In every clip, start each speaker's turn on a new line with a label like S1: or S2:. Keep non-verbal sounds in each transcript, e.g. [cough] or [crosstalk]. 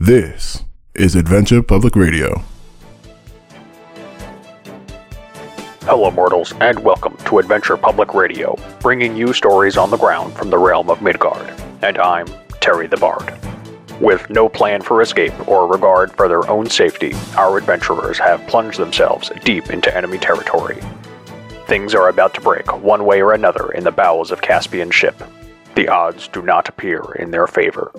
S1: This is Adventure Public Radio.
S2: Hello, mortals, and welcome to Adventure Public Radio, bringing you stories on the ground from the realm of Midgard. And I'm Terry the Bard. With no plan for escape or regard for their own safety, our adventurers have plunged themselves deep into enemy territory. Things are about to break one way or another in the bowels of Caspian ship. The odds do not appear in their favor.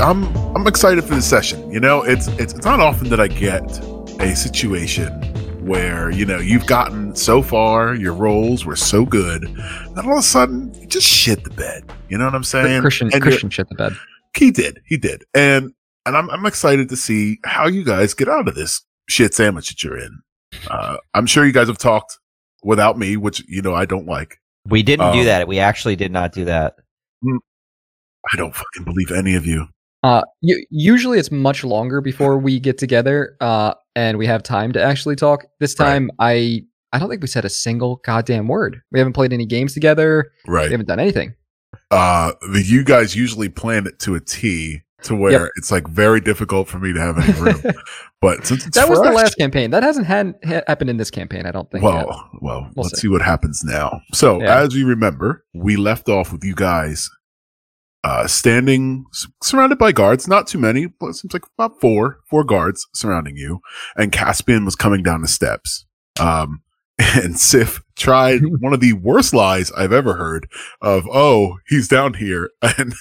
S1: I'm I'm excited for this session. You know, it's it's it's not often that I get a situation where you know you've gotten so far, your roles were so good, and all of a sudden you just shit the bed. You know what I'm saying?
S3: Christian
S1: And you're-
S3: Christian shit the bed.
S1: he did, he did, and and I'm I'm excited to see how you guys get out of this shit sandwich that you're in. Uh, I'm sure you guys have talked without me, which you know I don't like.
S4: We didn't
S1: Um,
S4: do that. We actually did not do that.
S1: I don't fucking believe any of you.
S3: Uh, u- usually it's much longer before we get together uh, and we have time to actually talk. This
S1: Right.
S3: time, I I don't think we said a single goddamn word. We haven't played any games together.
S1: Right.
S3: We haven't
S1: [laughs]
S3: done anything.
S1: uh the you guys usually plan it to a T to where
S3: Yep.
S1: it's like very difficult for me to have
S3: [laughs]
S1: any room.
S3: that
S1: but since it's
S3: was the
S1: fresh-
S3: last campaign. That hasn't had, ha- happened in this campaign. I don't think.
S1: well,
S3: yet.
S1: well,
S3: We'll
S1: let's
S3: see.
S1: see what happens now. So,
S3: Yeah.
S1: as we remember, we left off with you guys uh standing s- surrounded by guards, not too many, but it seems like about 4, 4 guards surrounding you, and Caspian was coming down the steps. Um [laughs] and Sif
S3: [laughs]
S1: tried one of the worst lies I've ever heard of, oh, he's down here. [laughs] And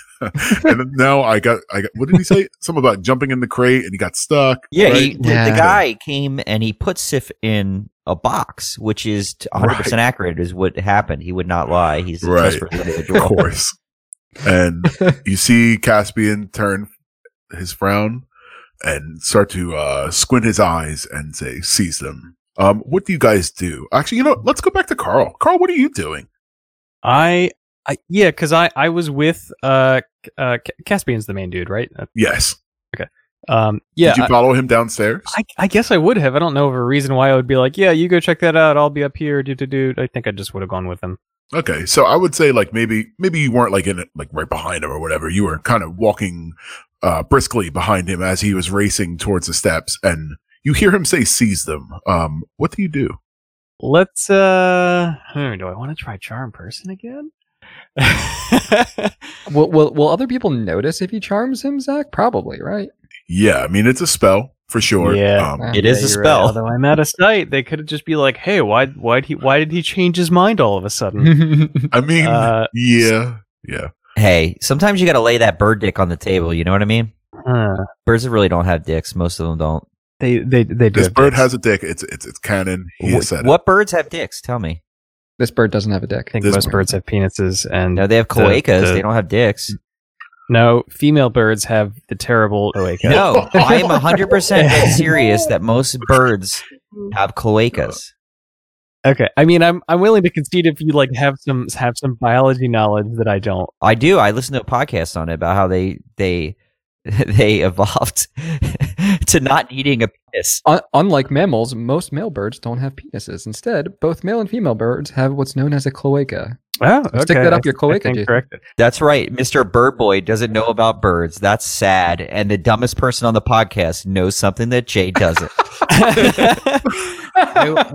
S1: and now I got, I got, what did he
S3: [laughs]
S1: say? Something about jumping in the crate and he got stuck.
S4: Yeah,
S1: right?
S4: he, the,
S3: Yeah.
S4: the guy came and he put Sif in a box, which is t- 100% accurate, is what happened. He would not lie. He's a
S1: Right.
S5: [laughs]
S4: trustworthy
S1: of
S4: individual.
S1: course. And you see Caspian turn his frown and start to uh, squint his eyes and say, "Seize them." Um, what do you guys do? Actually, you know, let's go back to Carl. Carl, what are you doing?
S5: I, I yeah, because I I was with uh C- uh C- Caspian's the main dude, right? Uh,
S1: Yes.
S5: Um, yeah,
S1: Did you follow him downstairs?
S5: I, I guess I would have. I don't know of a reason why I would be like, yeah, you go check that out. I'll be up here. Do do do. I think I just would have gone with him.
S1: okay, so I would say like maybe maybe you weren't like in it, like right behind him or whatever. You were kind of walking uh, briskly behind him as he was racing towards the steps, and you hear him say, "Seize them." Um, what do you do?
S5: Let's uh, hmm, do I want to try charm person again?
S3: uh, will, will will other people notice if he charms him, Zach? Probably, right?
S1: Yeah, I mean it's a spell for sure.
S5: Yeah.
S1: Um,
S4: It is a
S5: you're
S4: spell.
S5: Right. Although I'm out of sight, they could just be like, hey, why why he why did he change his mind all of a sudden?
S1: I mean,
S5: Uh,
S1: yeah, yeah.
S4: hey, sometimes you got to lay that bird dick on the table. You know what I mean?
S5: Huh.
S4: Birds really don't have dicks. Most of them don't.
S5: They they they do.
S1: This
S5: have
S1: bird
S5: dicks.
S1: has a dick. It's it's it's canon. He has
S4: Wh-
S1: said it.
S4: what birds have dicks? Tell me.
S3: [laughs] this bird doesn't have a dick.
S5: I think
S1: this
S5: most birds have penises, and
S4: No, they have
S5: The-
S4: cloacas.
S5: the-
S4: they don't have dicks.
S5: No, female birds have the terrible Oh, cloaca.
S4: No, I
S5: [laughs]
S4: am 100% serious that most birds have cloacas.
S5: Okay, I mean, I'm I'm willing to concede if you like have some have some biology knowledge that I don't.
S4: I do. I listen to a podcast on it about how they they [laughs] they evolved [laughs] to not needing a penis.
S3: Un- unlike mammals, most male birds don't have penises. Instead, both male and female birds have what's known as a cloaca.
S5: Oh,
S3: Stick that up your cloaca, Jason.
S5: [laughs] correct.
S4: That's right. Mr. Bird Boy doesn't know about birds. That's sad. And the dumbest person on the podcast knows something that Jay doesn't.
S5: I,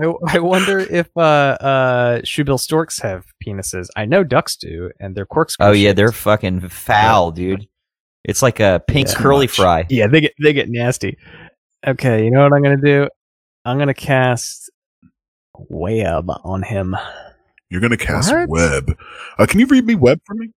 S5: I, I wonder if uh uh shoebill storks have penises. I know ducks do, and they're corkscrew.
S4: oh yeah,
S5: shaped.
S4: they're fucking foul, dude. It's like a pink
S5: Yeah.
S4: curly fry.
S5: yeah they get they get nasty. Okay, you know what I'm gonna do? I'm gonna cast web on him.
S1: You're gonna cast
S5: What?
S1: web. Uh, can you read me web for me?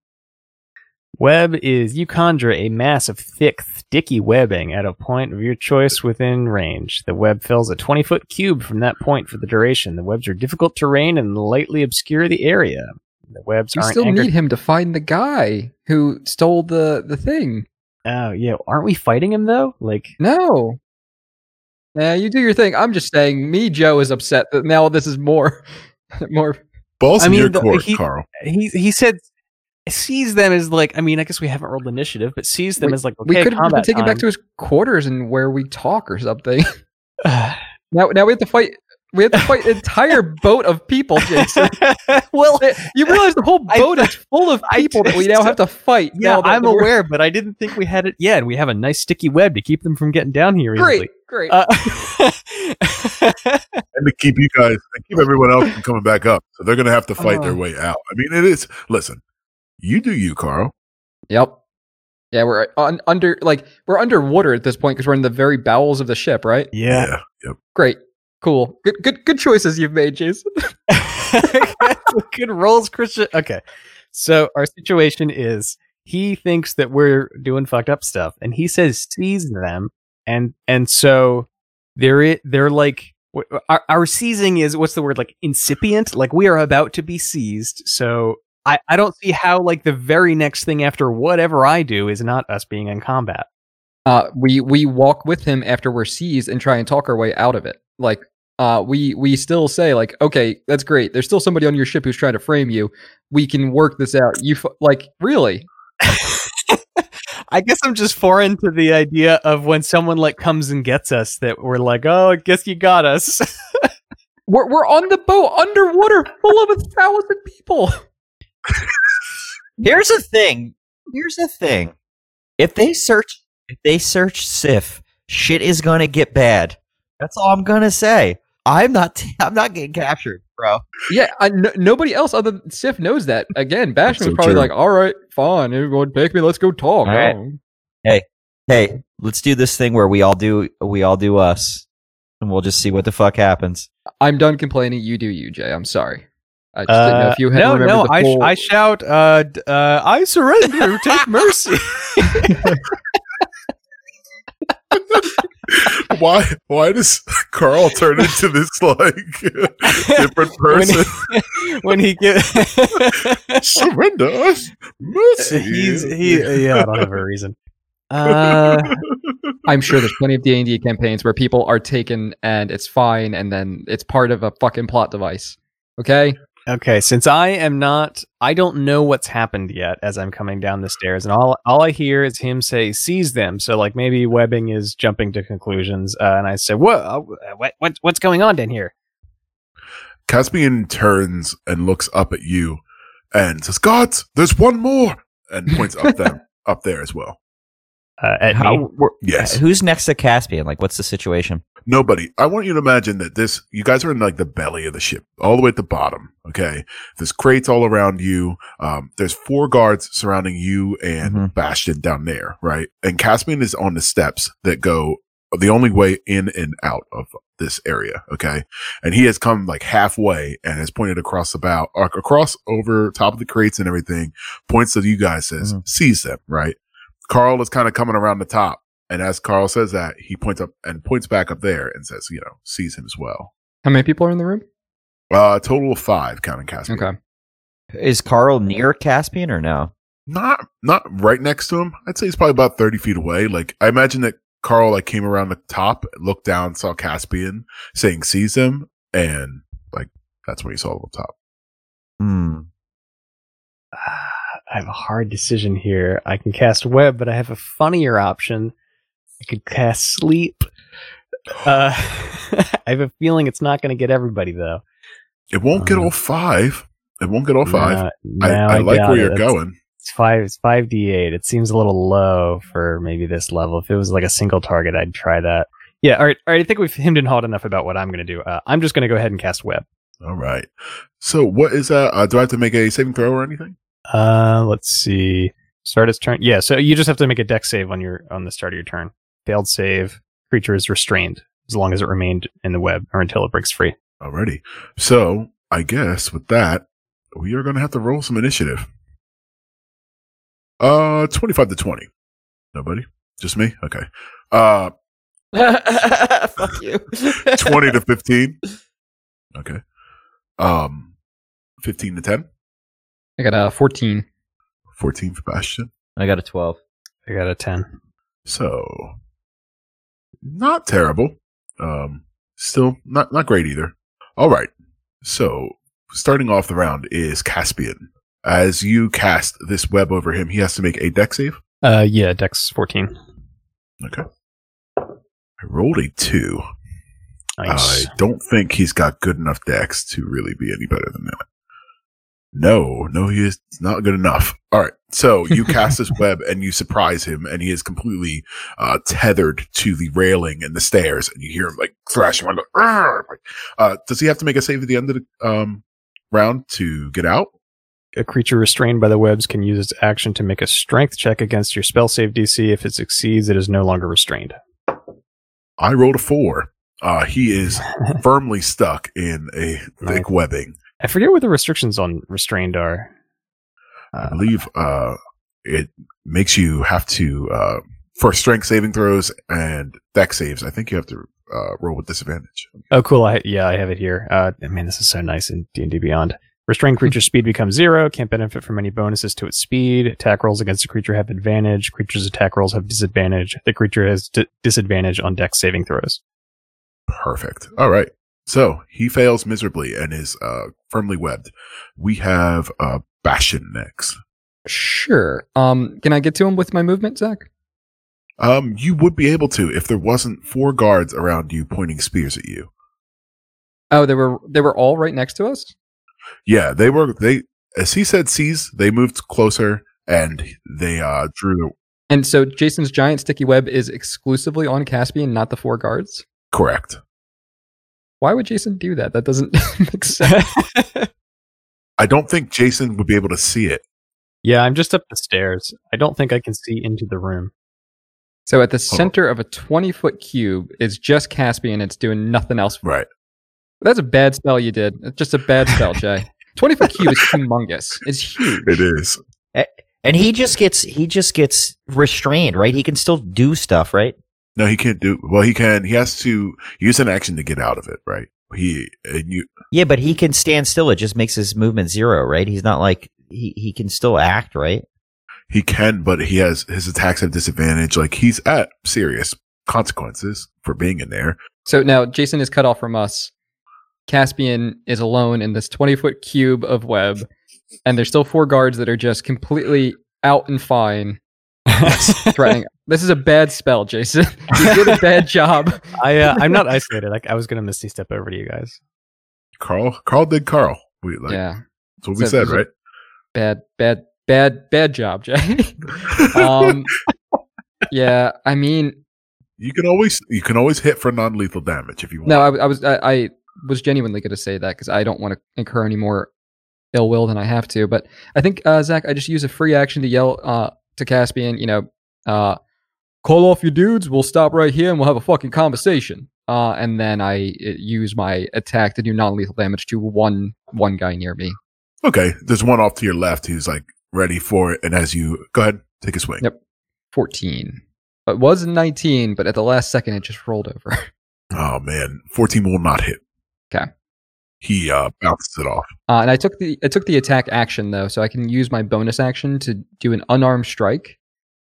S5: Web is you conjure a mass of thick, sticky webbing at a point of your choice within range. The web fills a 20 foot cube from that point for the duration. The webs are difficult terrain and lightly obscure the area. The webs
S3: You
S5: aren't
S3: still
S5: anchored.
S3: need him to find the guy who stole the the thing.
S5: oh, yeah. Aren't we fighting him, though? Like,
S3: No. Nah, you do your thing. I'm just saying. Me, Joe is upset that now this is more, [laughs] more.
S1: Balls
S5: I
S1: in
S5: mean,
S1: your
S5: the-
S1: court,
S5: he-
S1: Carl.
S5: he, he said. sees them as like I mean, I guess we haven't rolled initiative, but sees them
S3: We-
S5: as like okay,
S3: we could have been
S5: combat
S3: taken
S5: time.
S3: back to his quarters and where we talk or something. [laughs]
S5: [sighs] back
S3: now, now we have to fight. We have to fight
S5: [laughs]
S3: an entire boat of people, Jason.
S5: well,
S3: You realize the whole
S5: [laughs] I-
S3: boat is full of
S5: I
S3: people that we now
S5: just-
S3: have to fight.
S5: yeah,
S3: now that
S5: I'm
S3: we're- [laughs]
S5: aware, but I didn't think we had it. Yeah, and we have a nice sticky web to keep them from getting down here easily.
S3: Great, great.
S5: [laughs] Uh,
S1: and to keep you guys and keep everyone else from coming back up. So they're going to have to fight their
S5: Oh.
S1: way out. I mean, it is. Listen, you do you, Carl. [laughs]
S3: yep. Yeah, we're on, under like we're underwater at this point because we're in the very bowels of the ship, right?
S5: yeah.
S3: Great, cool, good, good, good choices you've made, Jason.
S5: [laughs] Good rolls, Christian. Okay. So our situation is he thinks that we're doing fucked up stuff, and he says seize them, and and so they're i- they're like wh- our our seizing is what's the word like incipient, like we are about to be seized. So I I don't see how like the very next thing after whatever I do is not us being in combat.
S3: Uh, we we walk with him after we're seized and try and talk our way out of it. Like, uh, we we still say like, okay, that's great. There's still somebody on your ship who's trying to frame you. We can work this out. You f- like really?
S5: I guess I'm just foreign to the idea of when someone like comes and gets us that we're like, oh, I guess you got us. [laughs]
S3: We're we're on the boat underwater, full of a thousand people. [laughs]
S4: Here's the thing. Here's the thing. If they search, if they search Sif, shit is gonna get bad. That's all I'm gonna say. I'm not. [laughs] I'm not getting captured, bro.
S3: Yeah, I, no, nobody else other than Sif knows that. Again, Bastion
S1: so
S3: was probably
S1: true.
S3: like, "All right, fine, everyone, take me. Let's go talk."
S4: All right.
S3: Um,
S4: Hey, let's do this thing where we all do. We all do us, and we'll just see what the fuck happens.
S3: I'm done complaining. You do you, Jay. I'm sorry. I just didn't know
S5: Uh,
S3: if you had
S5: no,
S3: remembered
S5: no.
S3: the
S5: I, sh-
S3: full-
S5: I shout, uh, d- uh, I surrender. take mercy.
S1: Why? Why does [laughs] Carl turn into this like [laughs] different
S5: [laughs] when
S1: person?
S5: he, when he gives,
S1: [laughs] Surrender us, mercy.
S5: [laughs] he's he. Yeah, I don't have a reason. Uh,
S3: I'm sure there's plenty of D and D campaigns where people are taken and it's fine, and then it's part of a fucking plot device. Okay,
S5: okay. Since I am not, I don't know what's happened yet as I'm coming down the stairs, and all all I hear is him say, "Seize them." So like maybe Webbing is jumping to conclusions, uh, and I say, "Whoa, uh, what, what what's going on down here?"
S1: Caspian turns and looks up at you and says, "Gods, there's one more," and points up them up there as well.
S5: Uh, [laughs] at
S4: How-
S5: me.
S4: we're-
S1: Yes.
S4: Who's next to Caspian? Like, what's the situation?
S1: Nobody. I want you to imagine that this, you guys are in like the belly of the ship, all the way at the bottom. Okay. There's crates all around you. Um, there's four guards surrounding you and
S4: Mhm.
S1: Bastion down there, right? And Caspian is on the steps that go the only way in and out of this area. Okay. And he has come like halfway and has pointed across the bow, or across over top of the crates and everything, points to you guys, says,
S4: Mhm.
S1: seize them, right? Carl is kind of coming around the top. And as Carl says that, he points up and points back up there and says, you know, sees him as well.
S3: how many people are in the room?
S1: Uh, total of five, counting Caspian.
S3: Okay,
S4: Is Carl near Caspian or no?
S1: Not, not right next to him. I'd say he's probably about 30 feet away. Like, I imagine that Carl, like, came around the top, looked down, saw Caspian saying, sees him. And, like, that's when he saw him up top.
S4: Hmm.
S5: Ah, I have a hard decision here. I can cast web, but I have a funnier option. I could cast sleep. Uh, [laughs] I have a feeling it's not going to get everybody though.
S1: It won't get
S5: Uh.
S1: all five. It won't get all five.
S5: Nah,
S1: I,
S5: now
S1: I like
S5: doubt
S1: where
S5: it.
S1: you're
S5: That's-
S1: going.
S5: It's five. It's five d eight. It seems a little low for maybe this level. If it was like a single target, I'd try that. Yeah. All right. All right. I think we've hemmed and hawed enough about what I'm going to do. Uh, I'm just going to go ahead and cast web.
S1: All right. So, what is that? Uh, do I have to make a saving throw or anything?
S5: Uh, let's see. Start its turn. Yeah, so you just have to make a deck save on your on the start of your turn. Failed save. Creature is restrained as long as it remained in the web or until it breaks free.
S1: Alrighty. So I guess with that, we are going to have to roll some initiative. Uh, twenty-five to twenty. Nobody, just me. Okay. Uh,
S4: [laughs] Fuck you.
S1: twenty to fifteen. Okay. Um, fifteen to 10.
S3: I got uh, 14.
S1: 14 for Bastion.
S4: I got a twelve.
S5: I got a ten.
S1: So not terrible. Um, still not not great either. All right. So starting off the round is Caspian. As you cast this web over him, he has to make a deck save.
S5: Uh, yeah, Dex fourteen.
S1: I rolled a two.
S5: Nice.
S1: I don't think he's got good enough decks to really be any better than that. No, no, he is it's not good enough. All right. So you cast this web and you surprise him, and he is completely uh, tethered to the railing and the stairs, and you hear him like thrashing around. like, "Argh!" Like, Uh, does he have to make a save at the end of the um, round to get out?
S5: a creature restrained by the webs can use its action to make a strength check against your spell save DC. If it succeeds, it is no longer restrained.
S1: I rolled a four. Uh, he is firmly stuck in a
S5: Nice.
S1: thick webbing.
S5: I forget what the restrictions on restrained are.
S1: I
S5: Uh,
S1: believe uh, it makes you have to uh, for strength saving throws and deck saves. I think you have to uh, roll with disadvantage.
S5: oh, cool. I, yeah, I have it here. Uh, man, this is so nice in D and D Beyond. Restrained creature speed becomes zero. Can't benefit from any bonuses to its speed. Attack rolls against the creature have advantage. Creature's attack rolls have disadvantage. The creature has d- disadvantage on dex saving throws.
S1: Perfect. All right. So he fails miserably and is uh, firmly webbed. We have uh, Bastion next.
S3: Sure. Um, can I get to him with my movement, Zach?
S1: Um, you would be able to if there wasn't four guards around you pointing spears at you.
S3: Oh, they were they were all right next to us.
S1: Yeah, they were. They as he said, sees. They moved closer and they uh, drew
S3: And so Jason's giant sticky web is exclusively on Caspian, not the four guards.
S1: correct.
S3: Why would Jason do that? That doesn't [laughs] make
S4: [laughs]
S3: sense.
S1: I don't think Jason would be able to see it.
S5: Yeah, I'm just up the stairs. I don't think I can see into the room. [laughs]
S3: So at the
S1: on.
S3: center of a twenty foot cube is just Caspian. It's doing nothing else.
S1: Right.
S3: That's a bad spell you did. That's just a bad
S1: [laughs]
S3: spell, Jay. Twenty foot cube is humongous. It's huge.
S1: It is.
S4: And he just gets he just gets restrained, right? He can still do stuff, right?
S1: No, he can't do. Well, he can. He has to use an action to get out of it, right? He and you.
S4: Yeah, but he can stand still. It just makes his movement zero, right? He's not like he, he can still act, right?
S1: He can, but he has his attacks have disadvantage. Like he's at serious consequences for being in there.
S3: So now Jason is cut off from us. Caspian is alone in this 20 foot cube of web, and there's still four guards that are just completely out and fine,
S1: [laughs]
S3: threatening. this is a bad spell, Jason. [laughs] you did a bad job.
S5: I uh, I'm not isolated. Like I was gonna misty step over to you guys.
S1: Carl, Carl did Carl. We [laughs] like
S3: yeah,
S1: that's what we
S3: So
S1: said,
S3: there's a-
S1: right?
S3: bad, bad, bad, bad job,
S1: [laughs]
S3: Jay. [laughs] um, yeah, I mean,
S1: you can always you can always hit for non lethal damage if you want.
S3: no, I, I was, I, I was genuinely going to say that because I don't want to incur any more ill will than I have to. But I think uh, Zach, I just use a free action to yell uh, to Caspian, you know, uh, call off your dudes. We'll stop right here and we'll have a fucking conversation. Uh, and then I uh, use my attack to do non-lethal damage to one one guy near me.
S1: okay, there's one off to your left who's like ready for it, and as you go ahead, take a swing.
S3: Yep. Fourteen. It was nineteen, but at the last second it just rolled over. [laughs]
S1: Oh man, fourteen will not hit.
S3: Okay.
S1: He uh, bounces it off.
S3: Uh, and I took the I took the attack action though, so I can use my bonus action to do an unarmed strike.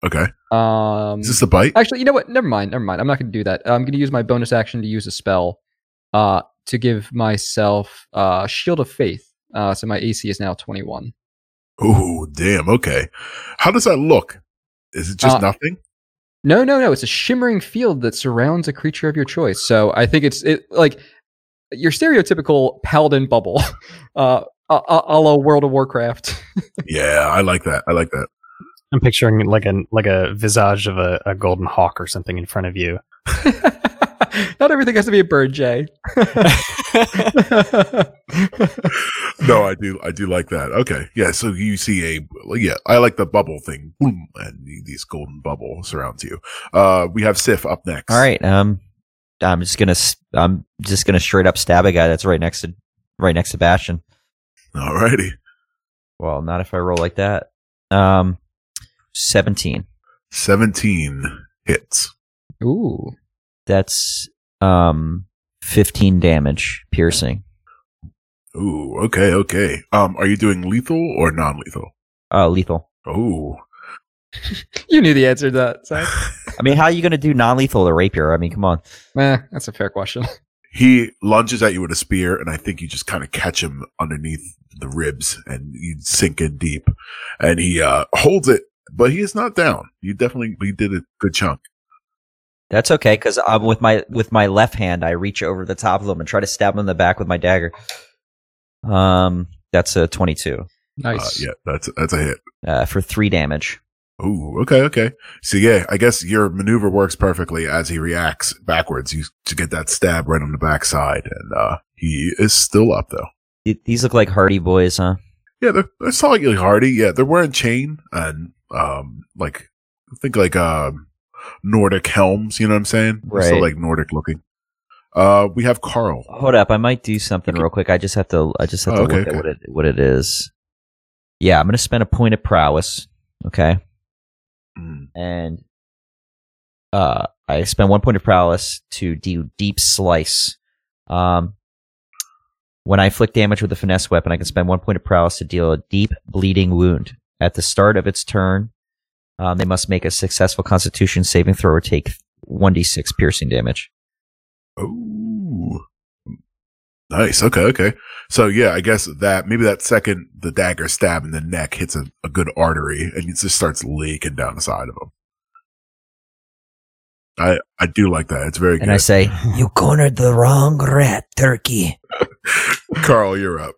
S1: Okay,
S3: Um,
S1: is this the bite?
S3: Actually, you know what? Never mind. Never mind. I'm not going to do that. I'm going to use my bonus action to use a spell uh, to give myself uh, Shield of Faith. Uh, so my AC is now 21.
S1: Oh, damn. Okay. How does that look? Is it just
S3: Uh,
S1: nothing?
S3: No, no, no. It's a shimmering field that surrounds a creature of your choice. So I think it's it like your stereotypical paladin bubble, [laughs] uh, a, a, a la World of Warcraft. [laughs]
S1: Yeah, I like that. I like that.
S5: I'm picturing like a like a visage of a, a golden hawk or something in front of you.
S3: Not everything has to be a
S1: [laughs]
S3: bird, Jay. [laughs]
S1: No, I do. I do like that. Okay. Yeah. So you see a, yeah, I like the bubble thing. Boom. And this golden bubble surrounds you. Uh, we have Sif up next.
S4: All right. Um, I'm just gonna s- I'm just gonna straight up stab a guy that's right next to right next to Bastion.
S1: All righty.
S4: Well, not if I roll like that. Um, seventeen.
S1: 17 hits.
S3: Ooh.
S4: That's um fifteen damage piercing.
S1: Ooh. Okay. Okay. Um, are you doing lethal or non lethal?
S4: Uh, lethal.
S1: Oh,
S3: You knew the answer to that. Zach.
S4: I mean, how are you gonna do non-lethal with a rapier? I mean, come on.
S1: Uh,
S3: Eh, that's a fair question. [laughs]
S1: He lunges at you with a spear, and I think you just kind of catch him underneath the ribs and you sink in deep. And he uh, holds it, but he is not down. You definitely you did a good chunk.
S4: That's okay because I'm with my with my left hand. I reach over the top of them and try to stab him in the back with my dagger. Um, that's a twenty-two
S3: Nice.
S1: Uh, yeah, that's that's a hit.
S4: uh, for three damage.
S1: Ooh, okay, okay. So yeah, I guess your maneuver works perfectly as he reacts backwards. You to get that stab right on the backside, and uh he is still up though.
S4: Th- These look like Hardy boys, huh?
S1: Yeah, they're, they're solidly hardy. Yeah, they're wearing chain and um like I think like um Nordic helms. You know what I'm saying? They're still,
S4: Right.
S1: like Nordic looking. Uh, we have Carl.
S4: Hold up, I might do something real quick. I just have to. I just have to
S1: Oh, okay,
S4: look
S1: okay.
S4: at what it what it is. Yeah, I'm gonna spend a point of prowess. Okay,
S1: Mm,
S4: and uh, I spend one point of prowess to do deep slice. Um, when I inflict damage with a finesse weapon, I can spend one point of prowess to deal a deep bleeding wound. At the start of its turn, um, they must make a successful Constitution saving throw or take one d six piercing damage.
S1: Oh, nice. Okay, okay. So yeah, I guess that maybe that second the dagger stab in the neck hits a, a good artery and it just starts leaking down the side of him. I I do like that. It's very
S4: And
S1: good.
S4: I say, "You cornered the wrong rat, Turkey."
S1: Carl, you're up.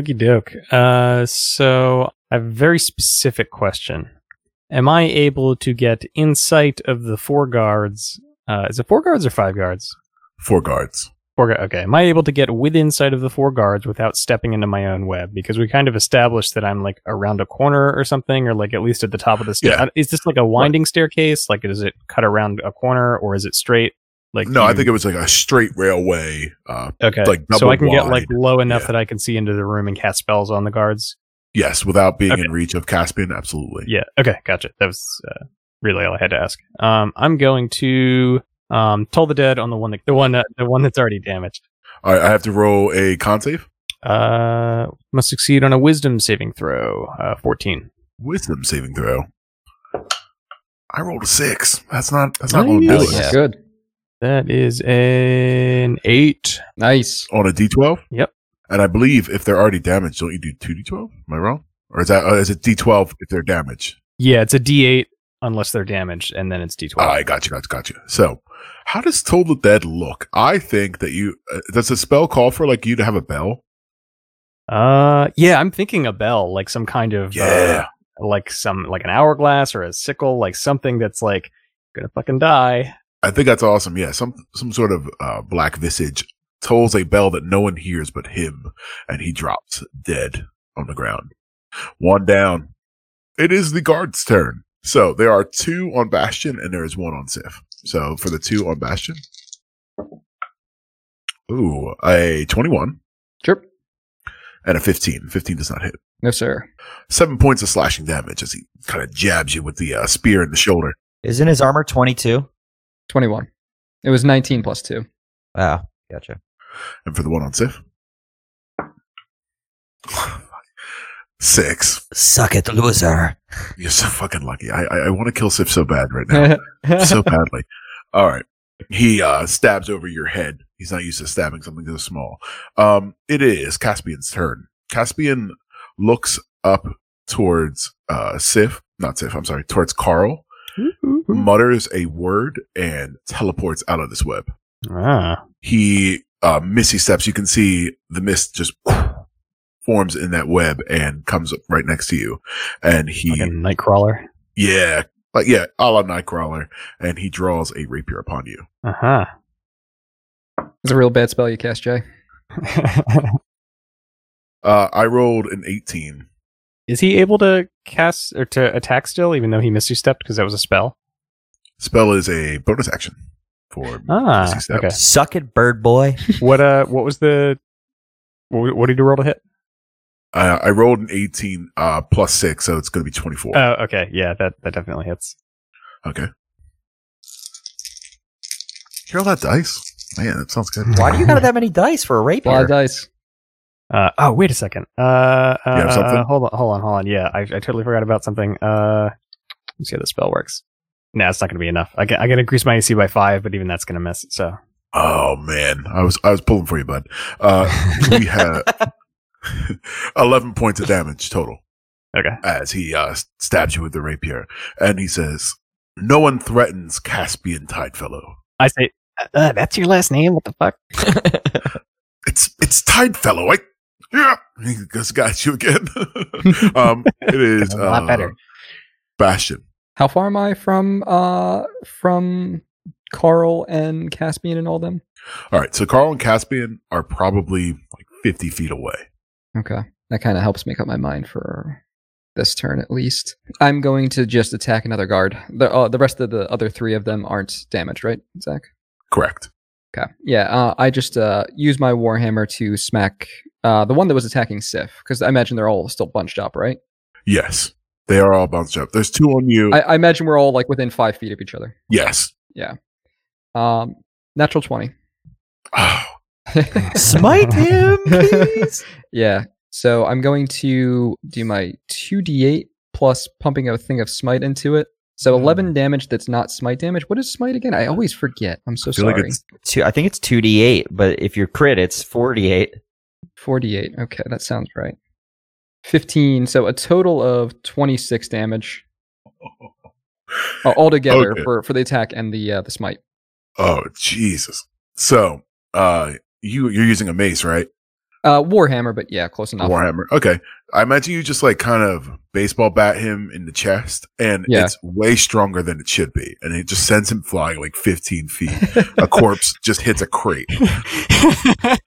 S5: Okie doke. Uh, so a very specific question: Am I able to get insight of the four guards? Uh, is it four guards or five guards?
S1: Four guards.
S5: Four gu- okay. Am I able to get within sight of the four guards without stepping into my own web? Because we kind of established that I'm like around a corner or something, or like at least at the top of the stair. Uh,
S1: Yeah.
S5: Is this like a winding staircase? Like, does it cut around a corner, or is it straight? Like,
S1: no, I
S5: you-
S1: think it was like a straight railway. Uh,
S5: okay.
S1: like,
S5: so I
S1: double
S5: can get like
S1: wide.
S5: low enough
S1: Yeah.
S5: that I can see into the room and cast spells on the guards.
S1: yes, without being
S5: Okay.
S1: in reach of Caspian, absolutely.
S5: Yeah. Okay. Gotcha. That was uh, really all I had to ask. Um, I'm going to um, toll the dead on the one that the one that, the one that's already damaged.
S1: All right, I have to roll a con save.
S5: Uh, must succeed on a wisdom saving throw. Uh, 14.
S1: Wisdom saving throw. I rolled a six. That's not that's not gonna do
S5: Nice.
S1: it.
S4: Yeah.
S3: Good.
S5: That is an eight.
S3: Nice.
S1: on a D twelve.
S5: Yep.
S1: And I believe if they're already damaged, don't you do two D twelve? Am I wrong? Or is that uh, is it D twelve if they're damaged?
S5: Yeah, it's a D8 unless they're damaged, and then it's D12.
S1: I got you, got you, got you. So, how does Toll the Dead look? I think that you uh, does the spell call for like you to have a bell?
S5: Uh, yeah, I'm thinking a bell, like some kind of
S1: Yeah.
S5: uh, like some like an hourglass or a sickle, like something that's like gonna fucking die.
S1: I think that's awesome. Yeah, some some sort of uh, black visage tolls a bell that no one hears but him, and he drops dead on the ground. One down. It is the guard's turn. So there are two on Bastion, and there is one on Sif. So for the two on Bastion, ooh, a twenty-one
S3: Chirp.
S1: and a fifteen. Fifteen does not hit.
S3: No, sir.
S1: Seven points of slashing damage as he kind of jabs you with the uh, spear in the shoulder.
S4: Isn't his armor twenty-two?
S3: 21. It was 19 plus [laughs] 2.
S4: Ah, gotcha.
S1: And for the one on Sif, six.
S4: Suck it, loser.
S1: You're so fucking lucky. I I, I want to kill Sif so bad right
S3: [laughs]
S1: now, so badly. All right, he uh, stabs over your head. He's not used to stabbing something this small. Um, it is Caspian's turn. Caspian looks up towards uh Sif, not Sif. I'm sorry, towards Carl.
S5: Hmm.
S1: Mutters a word and teleports out of this web.
S5: ah,
S1: He uh, misty steps. You can see the mist just [clears throat] forms in that web and comes up right next to you. And he
S5: like a nightcrawler.
S1: yeah. Like, yeah, a la Nightcrawler. And he draws a rapier upon you.
S5: Uh huh.
S3: It's a real bad spell you cast, Jay.
S1: Uh, I rolled an 18.
S5: [laughs] Is he able to cast or to attack still, even though he misty stepped because that was a spell?
S1: Spell is a bonus action for
S5: Ah,
S1: Misty Step.
S5: okay.
S4: Suck it, bird boy.
S5: what uh, what was the what, what did you roll to hit?
S1: Uh, I rolled an 18 uh, plus 6, so it's going to be 24.
S5: Oh, okay, yeah, that that definitely hits.
S1: okay. Hear all that dice? Man, that sounds good.
S4: Why do you got that many dice for a rapier?
S3: Fly dice.
S5: Uh, oh, wait a second. Uh, uh,
S1: have something?
S5: uh, hold on, hold on, hold on. Yeah, I, I totally forgot about something. Uh, let's see how the spell works. Nah, it's not going to be enough. I can I can increase my AC by five, but even that's going to miss. So
S1: Oh man, I was I was pulling for you, bud. Uh, we had [laughs] eleven points of damage total
S5: Okay.
S1: as he uh, stabs you with the rapier, and he says, "No one threatens Caspian Tidefellow.
S5: I say, uh, that's your last name? What the fuck?
S4: [laughs]
S1: It's it's Tidefellow. I yeah." He just got you again. [laughs] um,
S5: [laughs]
S1: it is
S5: A lot
S1: uh,
S5: better.
S1: Bastion.
S3: How far am I from uh from Carl and Caspian and all them?
S1: All right, so Carl and Caspian are probably like fifty feet away.
S3: Okay. That kind of helps make up my mind for this turn at least. I'm going to just attack another guard. The uh, the rest of the other 3 of them aren't damaged, right? Zach.
S1: Correct.
S3: Okay. Yeah, uh, I just uh use my warhammer to smack uh the one that was attacking Sif cuz I imagine they're all still bunched up, right?
S1: Yes, they are all bounced up. There's two on you.
S3: I, I imagine we're all like within 5 feet of each other.
S1: yes.
S3: Um natural 20.
S1: Oh,
S4: Smite [laughs] him, please.
S3: [laughs] Yeah. So I'm going to do my 2d8 plus pumping a thing of smite into it. So
S1: Mm.
S3: 11 damage that's not smite damage. What is smite again? I always forget. I'm so
S1: I feel like
S3: sorry.
S1: it's-
S4: Two, I think it's two d eight, but if you're crit, it's four d eight.
S3: 48. Okay, that sounds right. 15. So a total of 26 damage uh, altogether
S1: Okay.
S3: for, for the attack and the uh, the smite.
S1: oh, Jesus. So, uh, you you're using a mace, right?
S3: Uh, Warhammer, but yeah, close enough.
S1: Warhammer. Okay. I imagine you just like kind of baseball bat him in the chest, and
S3: Yeah.
S1: it's way stronger than it should be. And it just sends him flying like 15 feet.
S3: [laughs]
S1: a corpse just hits a crate.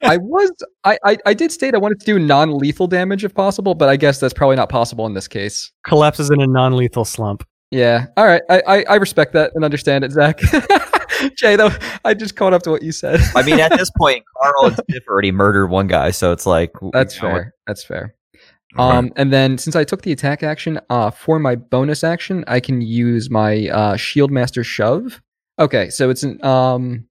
S3: I was I, I I did state I wanted to do non-lethal damage if possible, but I guess that's probably not possible in this case.
S5: Collapses in a non lethal slump.
S3: Yeah. All right. I, I, I respect that and understand it, Zach. [laughs] Jay, though, I just caught up to what you said.
S4: I mean, at this point, [laughs] Carl and Tiff already murdered one guy, so it's like w-
S3: [laughs] that's
S4: you know,
S3: fair. That's fair. Um, and then since I took the attack action, uh, for my bonus action, I can use my uh, Shield Master Shove. Okay, so it's an um,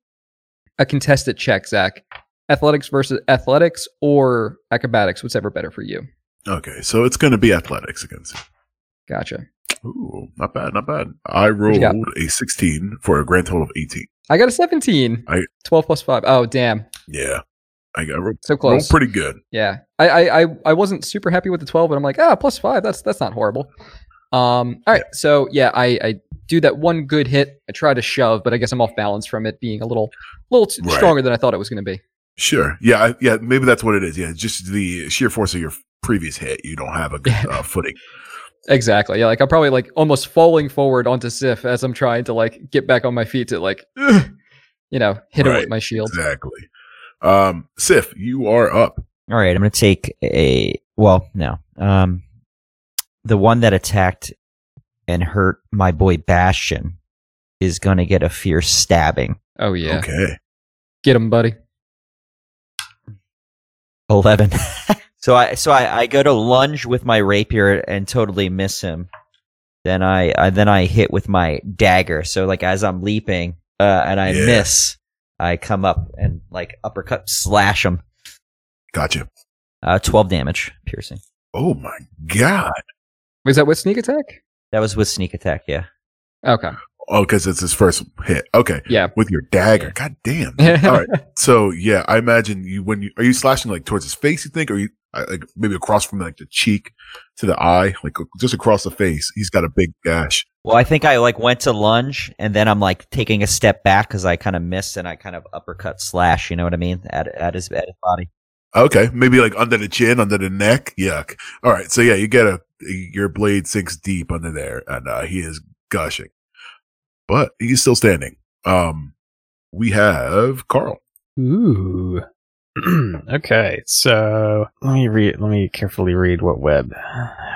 S3: a contested check, Zach. Athletics versus athletics or acrobatics, whichever better for you.
S1: Okay. So it's going to be athletics against him.
S3: Gotcha.
S1: Ooh, not bad. Not bad. I
S3: you got?
S1: rolled a 16 for a grand total of 18.
S3: I got a 17.
S1: I-
S3: 12 plus 5. Oh, damn.
S1: Yeah. I got rolled,
S3: So
S1: rolled
S3: close.
S1: pretty good.
S3: Yeah, I, I I I wasn't super happy with the twelve, but I'm like, ah, plus five. That's that's not horrible. Um, all right, so yeah, I I do that one good hit. I try to shove, but I guess I'm off balance from it being a little little t-
S1: Right.
S3: stronger than I thought it was going to be.
S1: Sure. Yeah. I, yeah. Maybe that's what it is. Yeah. Just the sheer force of your previous hit. You don't have a
S3: [laughs]
S1: good uh, footing.
S3: Exactly. Yeah, like I'm probably like almost falling forward onto Sif as I'm trying to like get back on my feet to like, you know, hit him
S1: Right.
S3: with my shield.
S1: Exactly. Um, Sif, you are up.
S4: All right, I'm going to take a well, no. Um the one that attacked and hurt my boy Bastion is going to get a fierce stabbing.
S3: Oh yeah,
S1: Okay.
S3: get him, buddy.
S4: 11. so I so I, I go to lunge with my rapier and totally miss him. Then I, I then I hit with my dagger. So like as I'm leaping uh and I
S1: Yeah.
S4: miss, I come up and like uppercut slash him.
S1: Gotcha.
S4: Uh 12 damage piercing.
S1: Oh my God.
S3: Is that with sneak attack?
S4: That was with sneak attack, yeah.
S3: Okay.
S1: Oh, cause it's his first hit. Okay.
S3: Yeah.
S1: With your dagger. God
S3: [laughs]
S1: damn. All right. So yeah, I imagine you, when you, are you slashing like towards his face, you think, or you, uh, like maybe across from like the cheek to the eye, like just across the face. He's got a big gash.
S4: Well, I think I like went to lunge and then I'm like taking a step back because I kind of missed and I kind of uppercut slash. You know what I mean? At at his at his body.
S1: Okay. Maybe like under the chin, under the neck. Yuck. All right. So yeah, you get a, your blade sinks deep under there and uh, he is gushing, but he's still standing. Um, we have Carl.
S5: Ooh. [clears throat] okay, so let me read. Let me carefully read what web,